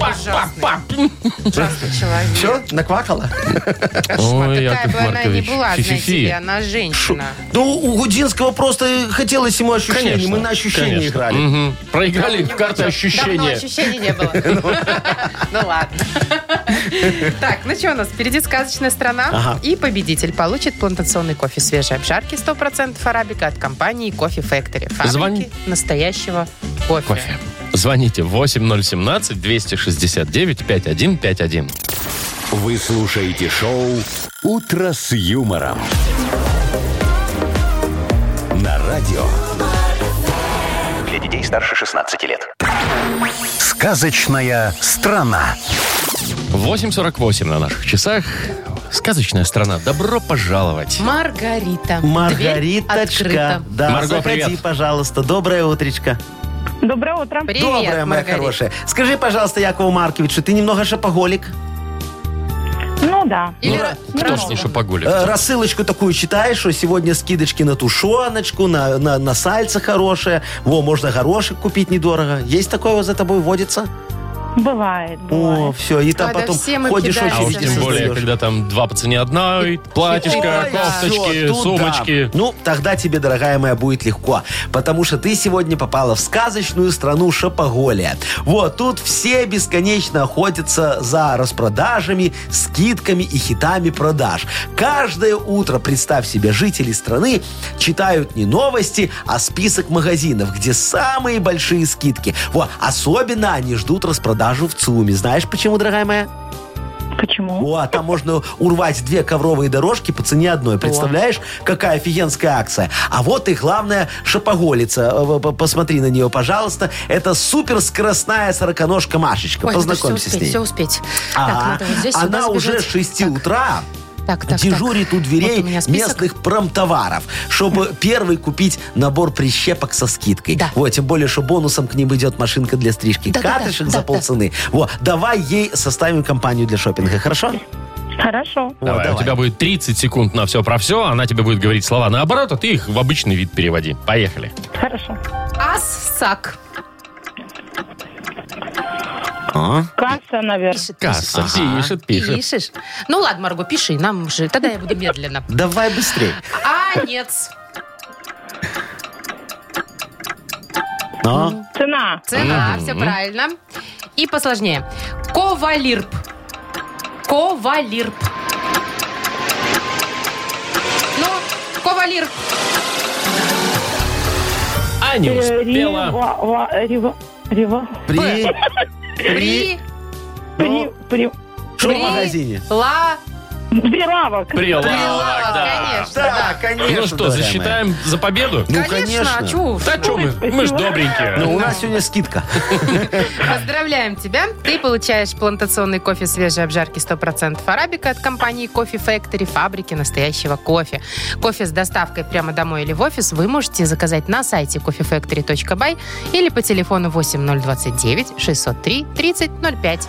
Ужасный человек.
Все, наквакала?
Кошмар.
Ой,
Такая
Яков
бы она не
Маркович,
была, знаете
фи-фи-фи.
ли, она женщина.
Ну, у Гудинского просто хотелось ему ощущений.
Конечно,
Мы на ощущения
конечно.
играли.
Мгм. Проиграли в карты
Давно
ощущения.
ощущений не было. Ну ладно. Так, ну что у нас? Впереди сказочная страна.
Ага.
И победитель получит плантационный кофе свежей обжарки 100% арабика от компании Кофе Factory.
Звони.
Фабрики настоящего кофе.
Кофе. Звоните 8017-269-5151.
Вы слушаете шоу «Утро с юмором». На радио
Для детей старше 16 лет.
«Сказочная страна».
8.48 на наших часах. Сказочная страна. Добро пожаловать.
Маргарита. Дверь
Маргариточка.
открыта.
Да,
Марго,
заходи,
привет.
пожалуйста. Доброе утречко.
Доброе утро.
Привет,
Доброе, моя
Маргарита.
хорошая. Скажи, пожалуйста, Якову Марковичу, ты немного шапоголик?
Ну да.
Или
Ну,
ра-
кто ж
немного.
не шапоголик?
Э, Рассылочку такую читаешь, что сегодня скидочки на тушеночку, на, на, на сальце хорошее. Во, можно горошек купить недорого. Есть такое вот за тобой водится?
Бывает,
О,
бывает.
все, и там
Ой, да
потом
все мы
ходишь
кидаемся.
А уж
очереди
тем более,
создаешь.
когда там два по цене одна, и платьишко,
Ой,
кофточки,
всё, тут
сумочки.
да. Ну, тогда тебе, дорогая моя, будет легко. Потому что ты сегодня попала в сказочную страну Шапоголия. Вот, тут все бесконечно охотятся за распродажами, скидками и хитами продаж. Каждое утро, представь себе, жители страны читают не новости, а список магазинов, где самые большие скидки. Вот, особенно они ждут распродажу в ЦУМе. Знаешь почему, дорогая моя?
Почему?
О, а там можно урвать две ковровые дорожки по цене одной. Представляешь, какая офигенская акция. А вот и главная шапоголица. Э, п- Посмотри на нее, пожалуйста. Это суперскоростная сороконожка Машечка.
Ой, ну надо все
Познакомься с
успеть,
ней.
все успеть.
Ага.
Так, надо вот здесь
Она
сюда
уже
сбежать.
с 6
Так,
утра
Так, так,
дежурит
так.
у дверей
Вот у меня список.
местных промтоваров, чтобы первый купить набор прищепок со скидкой.
Да.
Вот, тем более, что бонусом к ним идет машинка для стрижки
Да, да, да,
катышек
да,
за
да.
полцены. Вот, давай ей составим компанию для шопинга, хорошо?
Хорошо.
Вот,
Давай, у тебя будет 30 секунд на все про все, она тебе будет говорить слова наоборот, а ты их в обычный вид переводи. Поехали.
Хорошо.
Ассак.
Касса, наверное.
Пишет,
Касса. Пишет, пишет.
Пишешь? Ну ладно, Марго, пиши, нам же. Тогда я буду медленно.
Давай быстрее.
А, нет.
А?
Цена.
Цена, все правильно. И посложнее. Ковалирп. Ковалирп. Ну, ковалирп.
А не
Э,
успела.
Рева. Рева.
При...
При...
При. При.
Что в магазине?
Ла...
Прилавок.
Прилавок, да.
конечно,
Да,
да.
конечно.
Ну что,
дорогая моя.
засчитаем за победу?
Ну,
конечно, а
конечно.
чё уж.
Да что мы? Мы ж добренькие.
Ну, у нас сегодня скидка.
Поздравляем тебя. Ты получаешь плантационный кофе свежей обжарки 100% арабика от компании Кофе Factory, фабрики настоящего кофе. Кофе с доставкой прямо домой или в офис вы можете заказать на сайте coffeefactory.by или по телефону 8029 603 3005.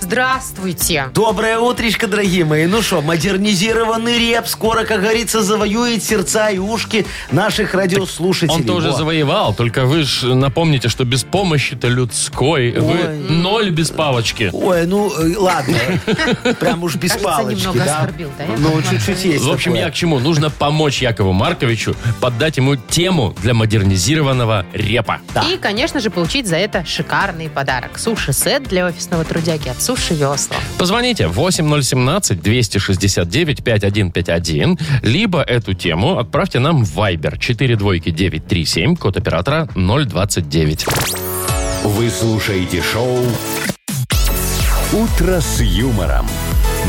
Здравствуйте.
Доброе утречко, дорогие мои. Ну что, модернизированный реп скоро, как говорится, завоюет сердца и ушки наших радиослушателей.
Он тоже
Во.
завоевал, только вы же напомните, что без помощи-то людской вы ноль без палочки.
Ой, ну э, ладно. Прям уж без
Кажется,
палочки,
немного
да?
оскорбил, да, Яков
Ну,
Маркович?
чуть-чуть есть
В общем,
такое.
я к чему? Нужно помочь Якову Марковичу поддать ему тему для модернизированного репа.
И, конечно же, получить за это шикарный подарок. Суши-сет для офисного трудяги от Суши Весла.
Позвоните 8017-269-5151, либо эту тему отправьте нам в Viber 42937, код оператора 029.
Вы слушаете шоу «Утро с юмором»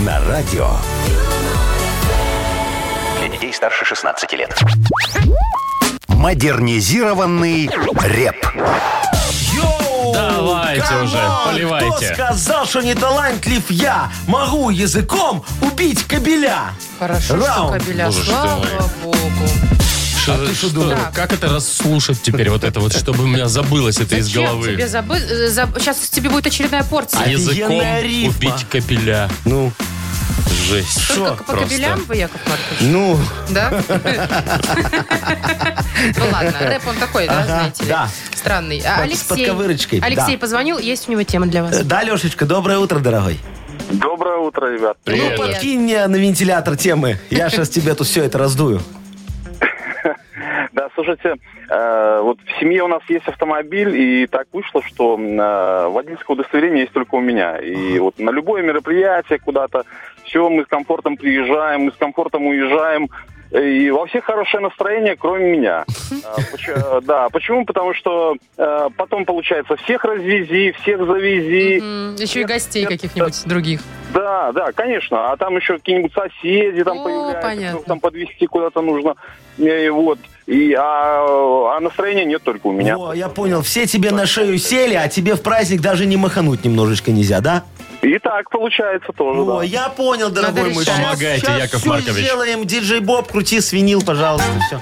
на радио.
Для детей старше 16 лет.
Модернизированный реп.
Йоу!
Давайте
Камон!
уже, поливайте.
Кто сказал, что не талантлив я? Могу языком убить кобеля.
Хорошо, что
Раунд.
кабеля.
Боже ж ты
Слава богу.
Что-
что
что-
думаешь?
как это расслушать теперь, вот это вот, чтобы у меня забылось это из
Зачем
головы?
тебе забы- э, заб- Сейчас тебе будет очередная порция.
А Языком
Офигенная рифма.
убить капеля.
Ну,
Жесть.
Только по
просто.
кабелям вы, Яков Маркович,
ну,
да? Ну ладно, рэп он такой, да,
Ага,
знаете ли?
да.
Странный. А,
Под- с
Алексей.
подковырочкой, да.
Алексей позвонил, есть у него тема для вас.
э, да, Лешечка, доброе утро, дорогой.
Доброе утро, ребят.
Привет.
Ну,
Кинь мне на вентилятор темы. Я сейчас тебе тут все это раздую.
Да, слушайте, э, вот в семье у нас есть автомобиль, и так вышло, что э, водительское удостоверение есть только у меня. И вот на любое мероприятие куда-то, все, мы с комфортом приезжаем, мы с комфортом уезжаем, и во всех хорошее настроение, кроме меня. Э, поч- э, Да, почему? Потому что э, потом, получается, всех развези, всех завези,
М, Еще и гостей каких-нибудь других.
Да, да, конечно. А там еще какие-нибудь соседи там
О,
появляются,
понятно.
которых там подвести куда-то нужно. Э, И вот. И, а, а настроения нет только у меня.
О, я понял, все тебе на шею сели, а тебе в праздник даже не махануть немножечко нельзя, да?
И так получается тоже,
О,
Ну да.
я понял, дорогой
Надо
мой.
решать.
Щас-
Помогайте,
щас
Яков
всё
Маркович.
сделаем, диджей Боб, крути свинил, пожалуйста, все.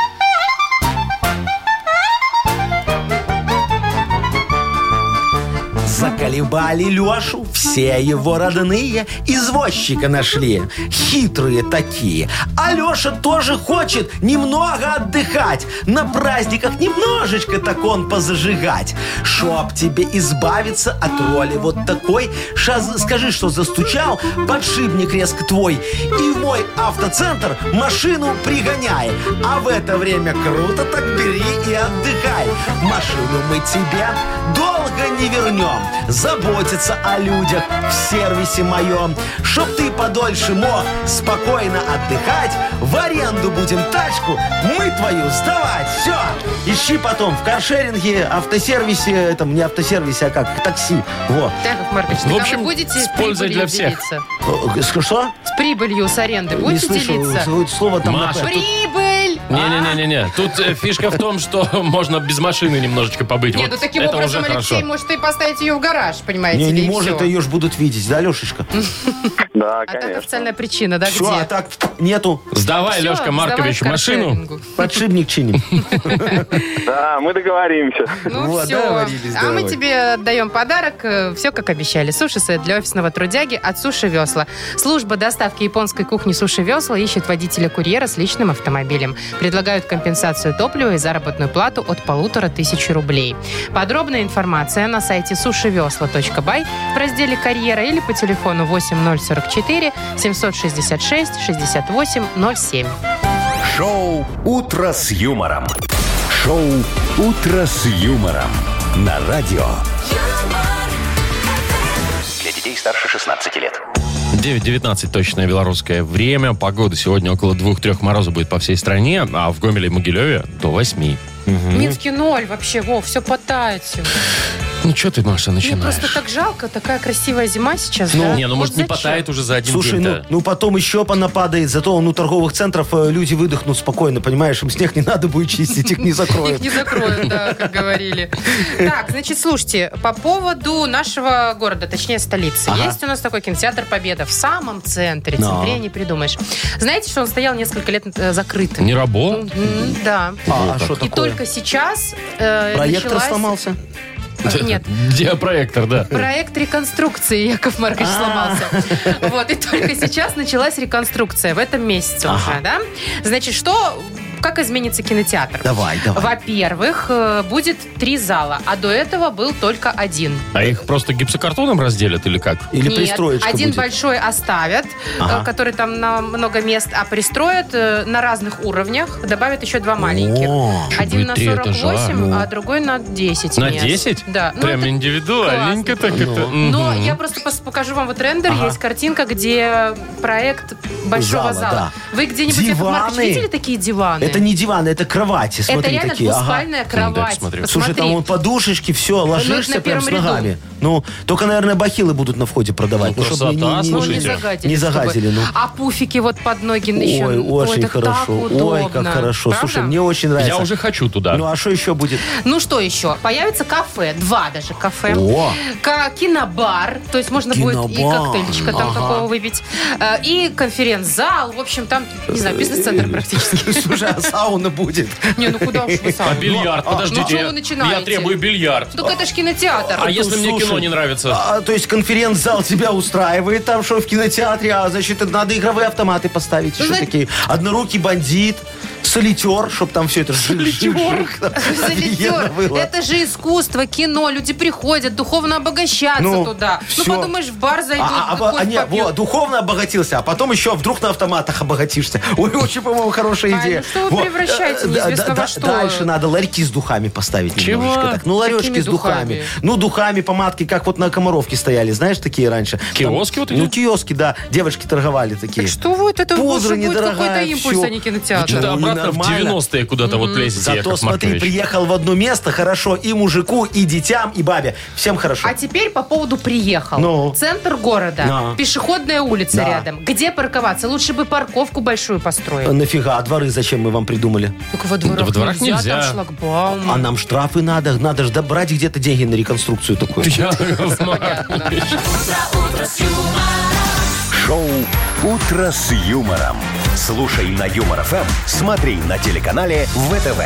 Заколебали Лешу все его родные, извозчика нашли, хитрые такие. А Леша тоже хочет немного отдыхать, на праздниках немножечко так он позажигать. Чтоб тебе избавиться от роли вот такой, шаз- скажи, что застучал, подшипник резко твой, и в мой автоцентр машину пригоняй. А в это время круто так бери и отдыхай. Машину мы тебе долго не вернем. Заботиться о людях в сервисе моем. Чтоб ты подольше мог спокойно отдыхать, в аренду будем тачку мы твою сдавать. Все, ищи потом в каршеринге, автосервисе, э, там не автосервисе, а как, такси. Вот.
Так, Яков Маркович,
В
ну, а
общем,
вы будете
с
с
пользой
прибылью
для всех.
делиться?
Э, э, Что?
С прибылью с аренды
Не
будете
слышу,
делиться?
э, слово там на
Маша, тут
«П».
Прибыль! А?
Не-не-не-не. Тут э, фишка в том, что можно без машины немножечко побыть.
Нет,
Вот
ну таким
это
образом
уже
Алексей
хорошо.
может и поставить ее в гараж, понимаете,
Не,
ли,
не
и
может,
всё.
ее ж будут видеть, да, Лешечка?
Да,
А так
конечно.
официальная причина, да,
Все, а
где?
так нету.
Сдавай,
Всё,
Лешка Маркович,
сдавай
машину.
каршерингу.
Подшипник чиним.
Да, мы договоримся.
Ну
Вот,
все.
договорились,
а мы
дорогой.
тебе отдаем подарок. Все, как обещали. Суши-сет для офисного трудяги от Суши Весла. Служба доставки японской кухни Суши Весла ищет водителя-курьера с личным автомобилем. Предлагают компенсацию топлива и заработную плату от полутора тысяч рублей. Подробная информация на сайте сушивесла.бай в разделе «Карьера» или по телефону 8044 766 6807.
Шоу «Утро с юмором». Шоу «Утро с юмором» на радио.
Для детей старше 16 лет.
9.19 точное белорусское время. Погода сегодня около 2-3 мороза будет по всей стране, а в Гомеле и Могилеве до 8.
Минске ноль вообще, во, все потает сегодня.
Ну что ты, Маша,
Мне
начинаешь?
просто так жалко, такая красивая зима сейчас. да?
не, ну может
Вот
не
зачем?
потает уже за один
Слушай,
день.
ну, ну потом еще понападает, зато он у торговых центров э, люди выдохнут спокойно, понимаешь, им снег не надо будет чистить, их не
Их
закроют.
не закроют, да, как говорили. Так, значит, слушайте, по поводу нашего города, точнее столицы. Есть у нас такой кинотеатр Победа в самом центре.
Да.
Центре не придумаешь. Знаете, что он стоял несколько лет э,
ну,
закрытым?
Не
ну.
работает?
М, Да.
А а что
И
такое?
только сейчас э,
Проектор
началась-
сломался?
Нет.
Диапроектор, да.
Проект реконструкции, Яков Маркович
А.
сломался. Вот, и только сейчас началась реконструкция, в этом месяце уже, да? Значит, что, как изменится кинотеатр?
Давай, давай.
Во-первых, э, будет три зала, а до этого был только один.
А их просто гипсокартоном разделят или как?
Или
Нет,
пристроечка
один
будет?
большой оставят,
Ага.
э, который там на много мест, а пристроят э, на разных уровнях, добавят еще два маленьких.
О,
Один
будет
на
три
48,
этажа?
ну.
а другой на 10
На
мест.
10?
Да. Ну,
Прям
это Ну,
индивидуальненько так
Ну.
это.
Но
Мгм.
я просто пос- покажу вам вот рендер. Есть картинка, где проект большого
Зала,
зала. Вы где-нибудь, Яков
Диваны.
Маркович, видели такие диваны?
Это не диван, это кровати,
Это
смотри,
реально
такие. Ага.
двуспальная кровать.
смотрю.
Слушай, там вон
Посмотри.
подушечки, все, ложишься прям
первом
с
ряду.
ногами. Ну, только, наверное, бахилы будут на входе продавать.
Ну,
ну,
красота,
чтобы не- не-
Ну, не
слушайте.
загадили.
Не
чтобы-
загадили, ну.
А пуфики вот под ноги еще.
Ой, очень хорошо. Ой, как хорошо. Слушай, мне очень нравится.
Я уже хочу туда.
Ну, а что еще будет?
Ну что еще? Появится кафе, два даже кафе.
О!
Ка- кинобар, то есть можно будет и
Кинобар.
коктейльчика там
Ага.
какого выпить. Э, И конференц-зал, в общем, там, не
Э,
знаю, бизнес-центр практически.
Слушай, а сауна будет.
Не, ну куда уж вы
а
сами.
бильярд, подождите.
ну чего вы
я- Я
начинаете?
требую бильярд.
Так это ж кинотеатр.
А если мне
слушай,
кино не нравится?
А, то есть конференц-зал тебя устраивает, там что в кинотеатре, а значит, надо игровые автоматы поставить, еще
знаете-
такие. Однорукий бандит, солитер, чтоб там все это Солитер?
Залетер. Это же искусство, кино. Люди приходят духовно обогащаться
Ну,
туда. Ну,
всё.
подумаешь, в бар зайдут,
А, а, а,
кофе
а, не,
попьют.
во, духовно обогатился, а потом еще вдруг на автоматах обогатишься. Ой, очень, по-моему, хорошая
Ай,
идея.
ну что вы превращаете
э, да,
неизвестно
да,
во
да,
что?
Дальше надо ларьки с духами поставить
Чего?
немножечко. Так. Ну, ларечки
Какими
с духами.
духами?
Ну, духами, помадки, как вот на Комаровке стояли, знаешь, такие раньше. Там-
Киоски вот эти?
Ну, киоски, да. Девочки торговали такие.
Так что вот это
Пудра
лучше будет
недорогая,
какой-то импульс,
всё.
а не кинотеатр.
Что-то
ну,
обратно в
нормально.
90-е куда-то вот лезете,
Зато,
Яков
смотри,
Маркович.
приехал в одно место, хорошо и мужику, и детям, и бабе. Всем хорошо.
А теперь по поводу приехал.
Ну.
Центр города,
Да.
пешеходная улица
Да.
рядом. Где парковаться? Лучше бы парковку большую построить.
Нафига, а дворы зачем мы вам придумали?
Только во дворах,
Э, Да во дворах нельзя.
там шлагбаум.
А нам штрафы надо, надо же добрать где-то деньги на реконструкцию такую.
Яков Маркович.
Шоу «Утро с юмором». Слушай на Юмор ФМ, смотри на телеканале ВТВ.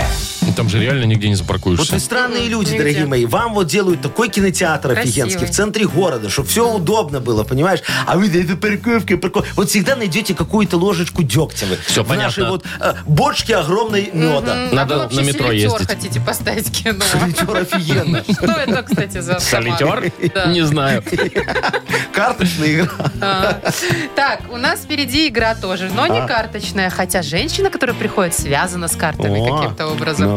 Ну, Там же реально нигде не
Вот
запаркуешься.
вы странные люди, дорогие мои. Вам вот делают такой кинотеатр офигенский в центре города, чтобы все удобно было, понимаешь? А вы, да это парковка, парковка. Вот всегда найдете какую-то ложечку дегтя вы.
Всё
в нашей
понятно.
вот э, бочке огромной меда.
А вы
Надо
вообще
на метро
«Солитер»
ездить.
хотите поставить кино?
Солитер офигенно.
Что это, кстати, за автомат?
Солитер?
Да.
Не знаю.
Карточная игра.
А, Так, у нас впереди игра тоже, но
А.
не карточная, хотя женщина, которая приходит, связана с картами
О,
каким-то образом.
ну.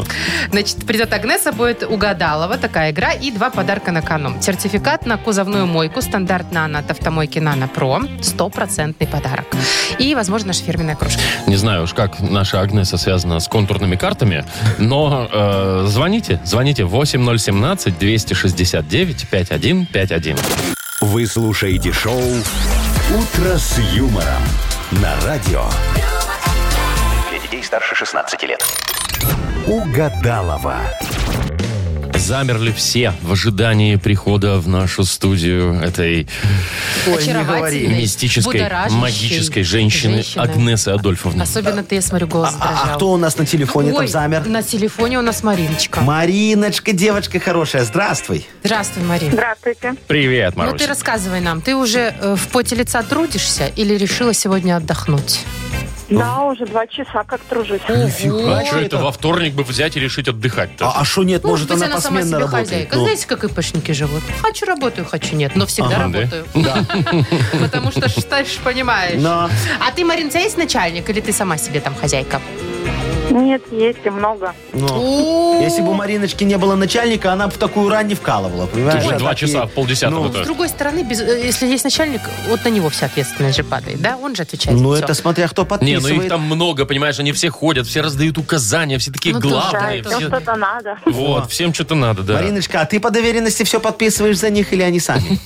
Значит, придет Агнеса, будет угадалова такая игра и два подарка на кону. Сертификат на кузовную мойку, стандарт «Нано» от автомойки «Нано Про», стопроцентный подарок. И, возможно, наша фирменная кружка.
Не знаю уж, как наша Агнеса связана с контурными картами, но э, звоните, звоните 8017-269-5151.
Вы слушаете шоу «Утро с юмором» на радио.
Для детей старше 16 лет.
Угадалова.
Замерли все в ожидании прихода в нашу студию этой
Ой, не говори.
Очаровательной,
мистической,
Э, будоражащей
магической женщины
женщины.
Агнесы Адольфовны.
Особенно ты, я смотрю, голос
А, а
дрожал.
кто у нас на телефоне там
Ой,
замер?
на телефоне у нас Мариночка.
Мариночка, девочка хорошая, здравствуй.
Здравствуй, Марин.
Здравствуйте.
Привет,
Ну ты
Маруся.
рассказывай нам, ты уже э, в поте лица трудишься или решила сегодня отдохнуть?
Да, уже два часа как тружусь.
а что это во вторник бы взять и решить отдыхать-то?
А что нет,
Ну,
может
ведь
она
она сама себе
посменно работает?
хозяйка.
Ну,
Знаете, как ИПшники живут? Хочу работаю, хочу нет, но всегда
Ага, да.
работаю. Потому что ж понимаешь.
Но.
А ты, Марин, у тебя есть начальник или ты сама себе там хозяйка?
Нет, есть и много.
ну.
О,
Если бы у Мариночки не было начальника, она бы в такую рань не вкалывала,
Ты
понимаешь?
же
А
два
так
часа,
ей-
в полдесятого
С
то
другой стороны, без- э, если есть начальник, вот на него вся ответственность же падает, да? Он же отвечает.
Ну,
за всё.
это смотря кто
Не,
подписывает.
ну их там много, понимаешь, они все ходят, все раздают указания, все такие
Ну, да,
главные.
да,
Всем
все-
что-то надо.
Вот, всем что-то надо, да.
Мариночка, а ты по доверенности все подписываешь за них или они сами?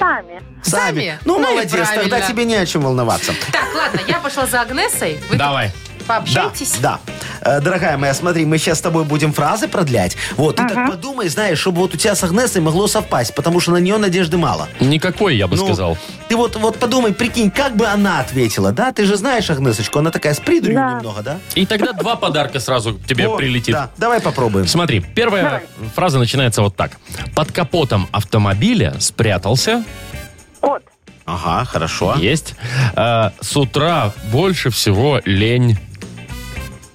Сами.
Сами?
Ну,
Ну и
молодец, тогда
правильно.
тебе не о чем волноваться.
Так, ладно, я пошла за Агнесой. Вы
Давай.
тут
Да,
пообщайтесь.
да. Э, Дорогая моя, смотри, мы сейчас с тобой будем фразы продлять. Вот, ты так подумай, знаешь, чтобы вот у тебя с Агнесой могло совпасть, потому что на нее надежды мало.
Никакой, я бы
Ну,
сказал.
Ты вот, вот подумай, прикинь, как бы она ответила, да? Ты же знаешь Агнесочку, она такая с придурью
Да.
немного, да?
И тогда два подарка сразу к тебе
Вот,
прилетит.
Да, давай попробуем.
Смотри, первая фраза начинается вот так. Под капотом автомобиля спрятался.
Кот.
Ага, хорошо.
Есть. Э, с утра больше всего лень.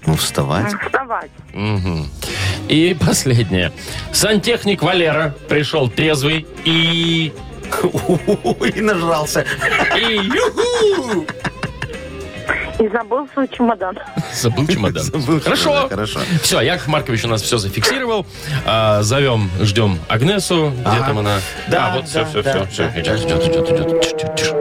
Ну, вставать.
Вставать.
Мгм. И последнее. Сантехник Валера пришел трезвый и...
И нажрался.
и юху!
И забыл свой чемодан.
Забыл чемодан.
Забыл
Хорошо.
чемодан, хорошо.
Все, Яков Маркович у нас все зафиксировал. А, зовем, ждем Агнесу. Где
Ага.
там она?
Да,
а, вот все,
да,
все,
да,
все,
да.
все. Идет, идет, идет, идет. Тш, тш, тш.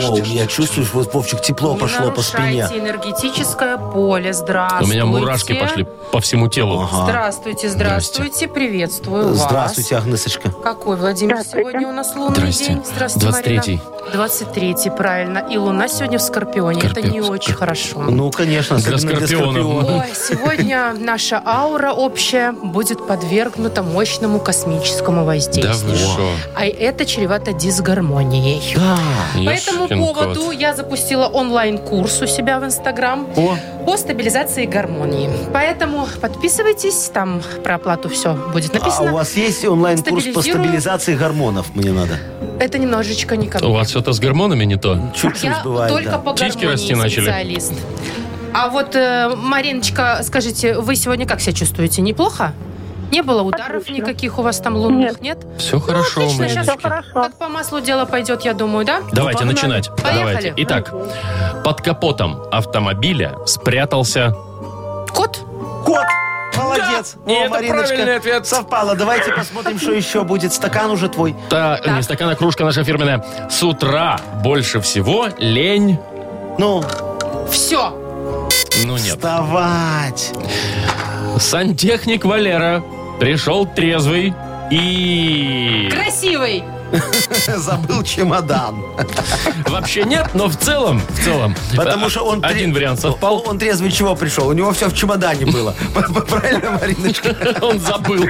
О, у меня чувствуешь, вот, Вовчик, тепло
Не
пошло по
нарушайте
спине.
энергетическое поле.
У
Здравствуйте.
меня мурашки пошли по всему телу.
Ага.
Здравствуйте, здравствуйте. Приветствую вас.
А. Здравствуйте, Агнесочка.
Какой, Владимир,
Здравствуйте.
сегодня у нас лунный
Здрасте.
день? Марина. 23-й, правильно. И луна сегодня в Скорпионе. Это не
Скорпион.
очень хорошо.
Ну, конечно,
Для
особенно для
скорпиона.
скорпиона.
Ой, сегодня наша аура общая будет подвергнута мощному космическому
Да вы
воздействию.
что?
а это чревато дисгармонией.
Да.
По этому
Ешкин кот.
поводу я запустила онлайн-курс у себя в Инстаграм
О,
по стабилизации гармонии. Поэтому подписывайтесь, там про оплату все будет
а у
написано.
вас есть онлайн-курс по
Стабилизирую.
стабилизации гормонов мне надо?
Это немножечко не ко
У
мне.
вас что-то с гормонами не то?
Чуть-чуть
Я
бывает,
только
да.
по
Сиськи
гармонии
расти начали.
специалист. А вот, э, Мариночка, скажите, вы сегодня как себя чувствуете? Неплохо? Не было ударов
Отлично.
никаких у вас там лунных? Нет.
Все хорошо,
отлично,
Мариночка.
щас
Все хорошо.
Как по маслу дело пойдет, я думаю, да?
Давайте
Ну, погнали.
начинать.
Поехали.
Давайте. Итак, под капотом автомобиля спрятался.
Кот?
Кот! Молодец!
Да, и это
Мариночка,
правильный ответ.
Совпало. Давайте посмотрим, что еще будет. Стакан уже твой.
Та, не стакан, а кружка наша фирменная. С утра больше всего лень.
Ну,
Все.
Ну нет.
вставать.
Сантехник Валера пришел трезвый и
Красивый.
Забыл чемодан.
вообще нет, но в целом, в целом. Э,
Потому что он... тре-
один вариант совпал,
Он трезвый чего пришел? У него все в чемодане было. Правильно, Мариночка?
он забыл.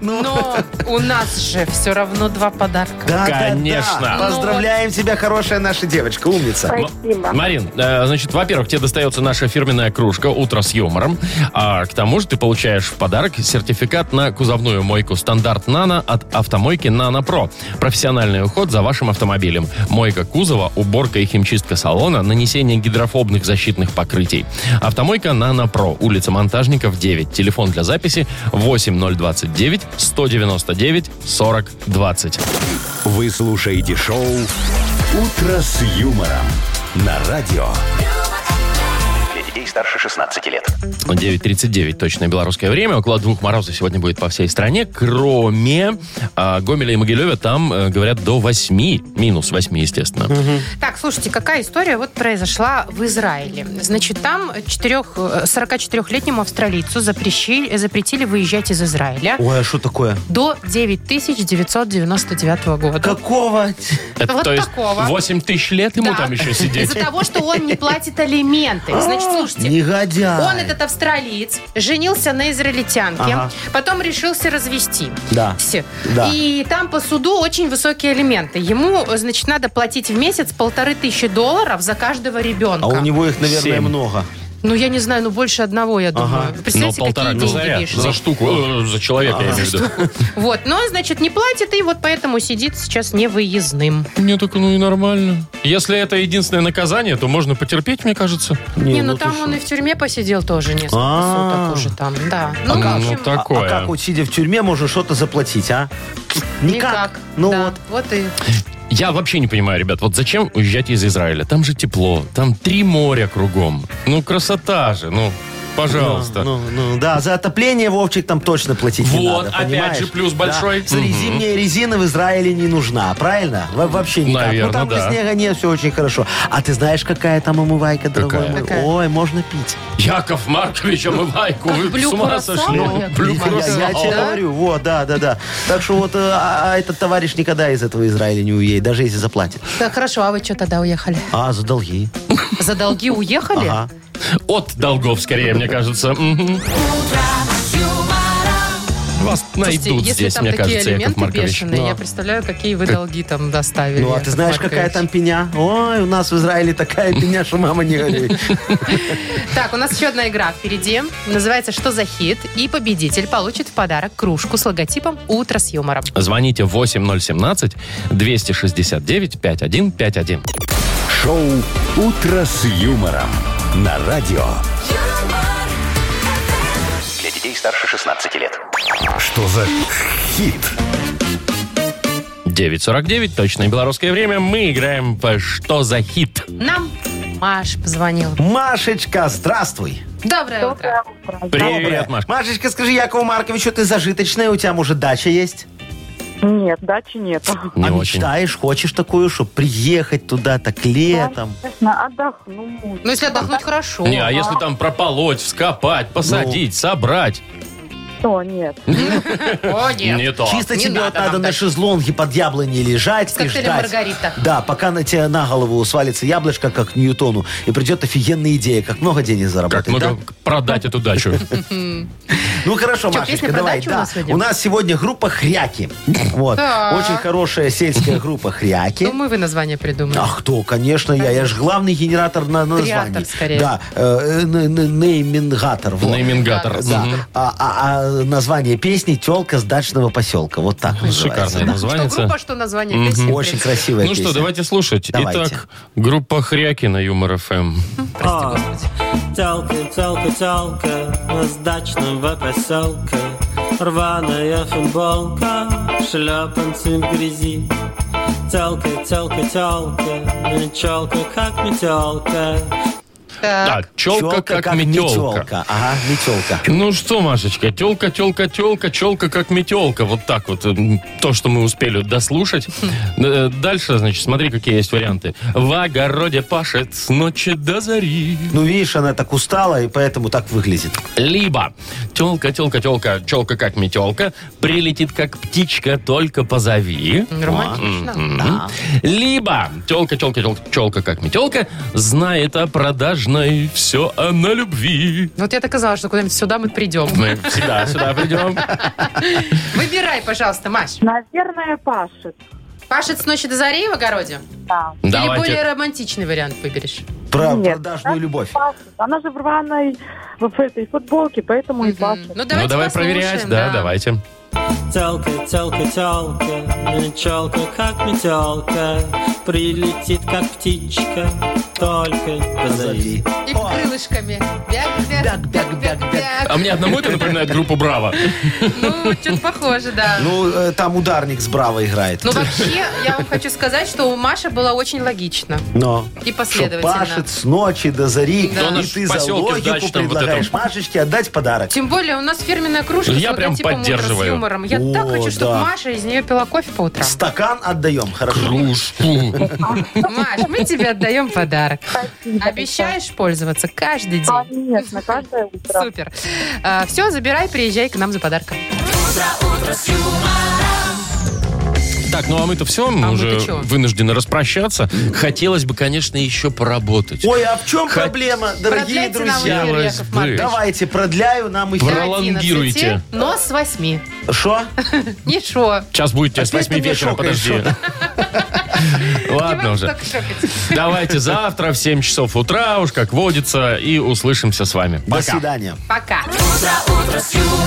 Но у нас же все равно два подарка.
Да, да, да.
Конечно.
Поздравляем тебя, хорошая наша девочка. Умница.
Спасибо.
Марин, э, значит, во-первых, тебе достается наша фирменная кружка «Утро с юмором». А к тому же ты получаешь в подарок сертификат на кузовную мойку «Стандарт Нано» от автомойки «Нано Про». Профессиональный уход за вашим автомобилем. Мойка кузова, уборка и химчистка салона, нанесение гидрофобных защитных покрытий. Автомойка «Нано Про», улица Монтажников, 9. Телефон для записи 8029 199 40 20.
Вы слушаете шоу «Утро с юмором» на радио.
Для детей старше 16 лет.
9.39 точное белорусское время. Около двух мороза сегодня будет по всей стране. Кроме а, Гомеля и Могилева, там, э, говорят, до 8. Минус 8, естественно.
Так, слушайте, какая история вот произошла в Израиле. Значит, там четырех- э, 44-летнему австралийцу запрещи- э, запретили выезжать из Израиля
Ой, а что такое?
до 9999 года.
Какого?
Это,
Вот
то есть
такого.
8 тысяч лет ему
Да.
там еще сидеть.
Из-за того, что он не платит
А,
алименты. Значит, слушайте,
Негодяй.
Он, этот австралиец, женился на израильтянке,
Ага.
потом решился развести.
Да.
Все.
Да.
И там по суду очень высокие элементы. Ему, значит, надо платить в месяц полторы тысячи долларов за каждого ребенка.
А у него их, наверное,
Семь.
много.
Ну, я не знаю, ну, больше одного, я думаю.
Ну,
Вы
Но
Представляете,
полтора
какие деньги
косаря за
лишние.
штуку, э, за человека, я имею в виду.
Вот, но, значит, не платит, и вот поэтому сидит сейчас невыездным.
Мне так, ну и нормально. Если это единственное наказание, то можно потерпеть, мне кажется.
Не, ну,
ну ты
там
шо.
он и в тюрьме посидел тоже несколько
А.
суток уже там, да.
Ну,
в общем,
А
такое.
как вот сидя в тюрьме можно что-то заплатить, а?
никак.
Ну
Да,
вот.
Вот и
Я вообще не понимаю, ребят, вот зачем уезжать из Израиля? Там же тепло, там три моря кругом. Ну, красота же, ну, пожалуйста.
Ну, ну, да, за отопление, Вовчик, там точно платить не
Вот,
надо,
опять
понимаешь?
же, плюс
Да.
большой.
Смотри,
Мгм.
зимняя резина в Израиле не нужна, правильно? Во- вообще никак.
Наверно,
ну, там же
да.
снега нет, все очень хорошо. А ты знаешь, какая там омывайка, дорогой
Какая?
мой?
Какая?
Ой, можно пить.
Яков Маркович, а омывайку,
Как
вы
Блю
с ума
Курасава,
сошли. Ну,
Яков
Блю
Маркович.
Я- Я, тебе
Курасава.
говорю, вот, да, да, да. Так что вот э, а, а этот товарищ никогда из этого Израиля не уедет, даже если заплатит.
Да, хорошо, а вы что тогда уехали?
А, за долги.
За долги уехали?
Ага.
От долгов, скорее, мне кажется. Мгм. Вас
Слушайте,
найдут
если
здесь,
там
мне
такие
кажется, Яков
элементы
Маркович.
бешеные,
Ну,
я представляю, какие вы долги там доставили.
Ну, а ты
Яков
знаешь,
Маркович.
какая там пеня? Ой, у нас в Израиле такая пеня, что мама не горюй.
Так, у нас еще одна игра впереди. Называется «Что за хит?» И победитель получит в подарок кружку с логотипом «Утро с юмором».
Звоните 8017-269-5151.
Шоу «Утро с юмором» на радио.
Для детей старше 16 лет.
Что за хит?
9.49, точное белорусское время. Мы играем по «Что за хит?».
Нам Маш позвонила.
Машечка, здравствуй.
Доброе утро.
Привет, Маш.
Машечка, скажи, Якову Марковичу, ты зажиточная, у тебя, может, дача есть?
Нет, дачи нет.
Не
а
очень.
мечтаешь, хочешь такую, чтобы приехать туда так летом?
Конечно, отдохну.
Ну, если отдохнуть, хорошо.
Не, а если там прополоть, вскопать,
Ну.
посадить, собрать?
Что, нет.
О, нет.
Не то.
Чисто
не
тебе
надо
вот надо
нам
на
так.
шезлонге под яблоней лежать
С
и
коктейлем
ждать.
«Маргарита».
Да, пока на тебя на голову свалится яблочко, как Ньютону, и придет офигенная идея, как много денег
Как
заработать. да?
много продать эту дачу?
Ну хорошо,
Чё, песня
Машечка,
про
давай.
дачу у
да.
нас сегодня?
у нас сегодня группа Хряки. Вот.
Так.
Очень хорошая сельская группа Хряки.
Думаю, вы название придумали.
А кто? Конечно, я. Я же главный генератор на на
Креатор,
названий.
скорее.
Да, э, э, н- н- неймингатор. вот.
Неймингатор.
Да.
Мгм.
А, а- а название песни «Телка с дачного поселка». Вот так называется.
Шикарное
Что
название.
группа, что название песни. в
Очень
принципе.
красивая
Ну
песня.
что, давайте слушать.
Давайте.
Итак, группа Хряки на Юмор ФМ.
Телка, телка, телка с дачного поселка Рваная футболка, шлепанцы в грязи Телка, телка, телка, челка как метелка
Так.
Да, челка как метелка.
метелка. Ага, метелка.
Ну что, Машечка, телка, телка, телка, челка как метелка. Вот так вот э, то, что мы успели дослушать. Э, Дальше, значит, смотри, какие есть варианты. В огороде пашет с ночи до зари.
Ну, видишь, она так устала, и поэтому так выглядит.
Либо телка, телка, телка, челка как метелка, прилетит как птичка, только позови.
Романтично.
Мгм. Либо телка, телка, телка, челка как метелка, знает о продажной, все о на любви.
Вот я так казалось, что куда-нибудь сюда мы придем.
Мы всегда сюда придем.
Выбирай, пожалуйста, Маш.
Наверное, пашет.
Пашет с ночи до зарей в огороде?
Да.
Или более
Давайте.
романтичный вариант выберешь?
Про
Нет,
продажную любовь.
Пашет. Она же в рваной в этой футболке, поэтому и пашет.
Ну, давайте
Ну, давай
послушаем,
проверять. Да, давайте.
Телка, телка, телка, челка как метелка Прилетит как птичка, только позови.
И крылышками. Бяк-бяк, бяк-бяк-бяк.
А мне одному это напоминает группу «Браво».
Ну, что-то похоже, да.
Ну, э, там ударник с Браво играет.
Ну, вообще, я вам хочу сказать, что у Маши было очень логично.
Но.
И
Что
последовательно.
пашет с ночи до зари,
Да. Он
и
аж в
ты за
поселке
логику
дачном вот этом.
предлагаешь Машечке отдать подарок.
Тем более у нас фирменная кружка
Я
с
прям
логотипом «Утро
поддерживаю.
с юмором. Я
О,
так хочу, чтобы
да.
Маша из нее пила кофе по утрам.
Стакан отдаем, хорошо?
Кружку.
Маш, мы тебе отдаем подарок. Обещаешь пользоваться каждый день?
Конечно, каждое утро.
Супер. все, забирай, приезжай к нам за подарком.
Так, ну а мы-то все, мы
А
уже
мы-то чё?
вынуждены распрощаться. Хотелось бы, конечно, еще поработать.
Ой, а в чем
Хот-
проблема,
Продляйте
дорогие
нам
друзья?
эфир,
Хотелось
Яков
бы.
Маркович.
Давайте, продляю нам
До
эфир.
Про- Пролонгируйте.
11, Но с 8.
Что?
Ничего.
Сейчас будет тебя с
Опять
8
ты меня
вечера,
шокаешь,
подожди. Ладно уже. Давайте завтра в 7 часов утра, уж как водится, и услышимся с вами.
До
Пока.
свидания.
Пока.
утро с юмором.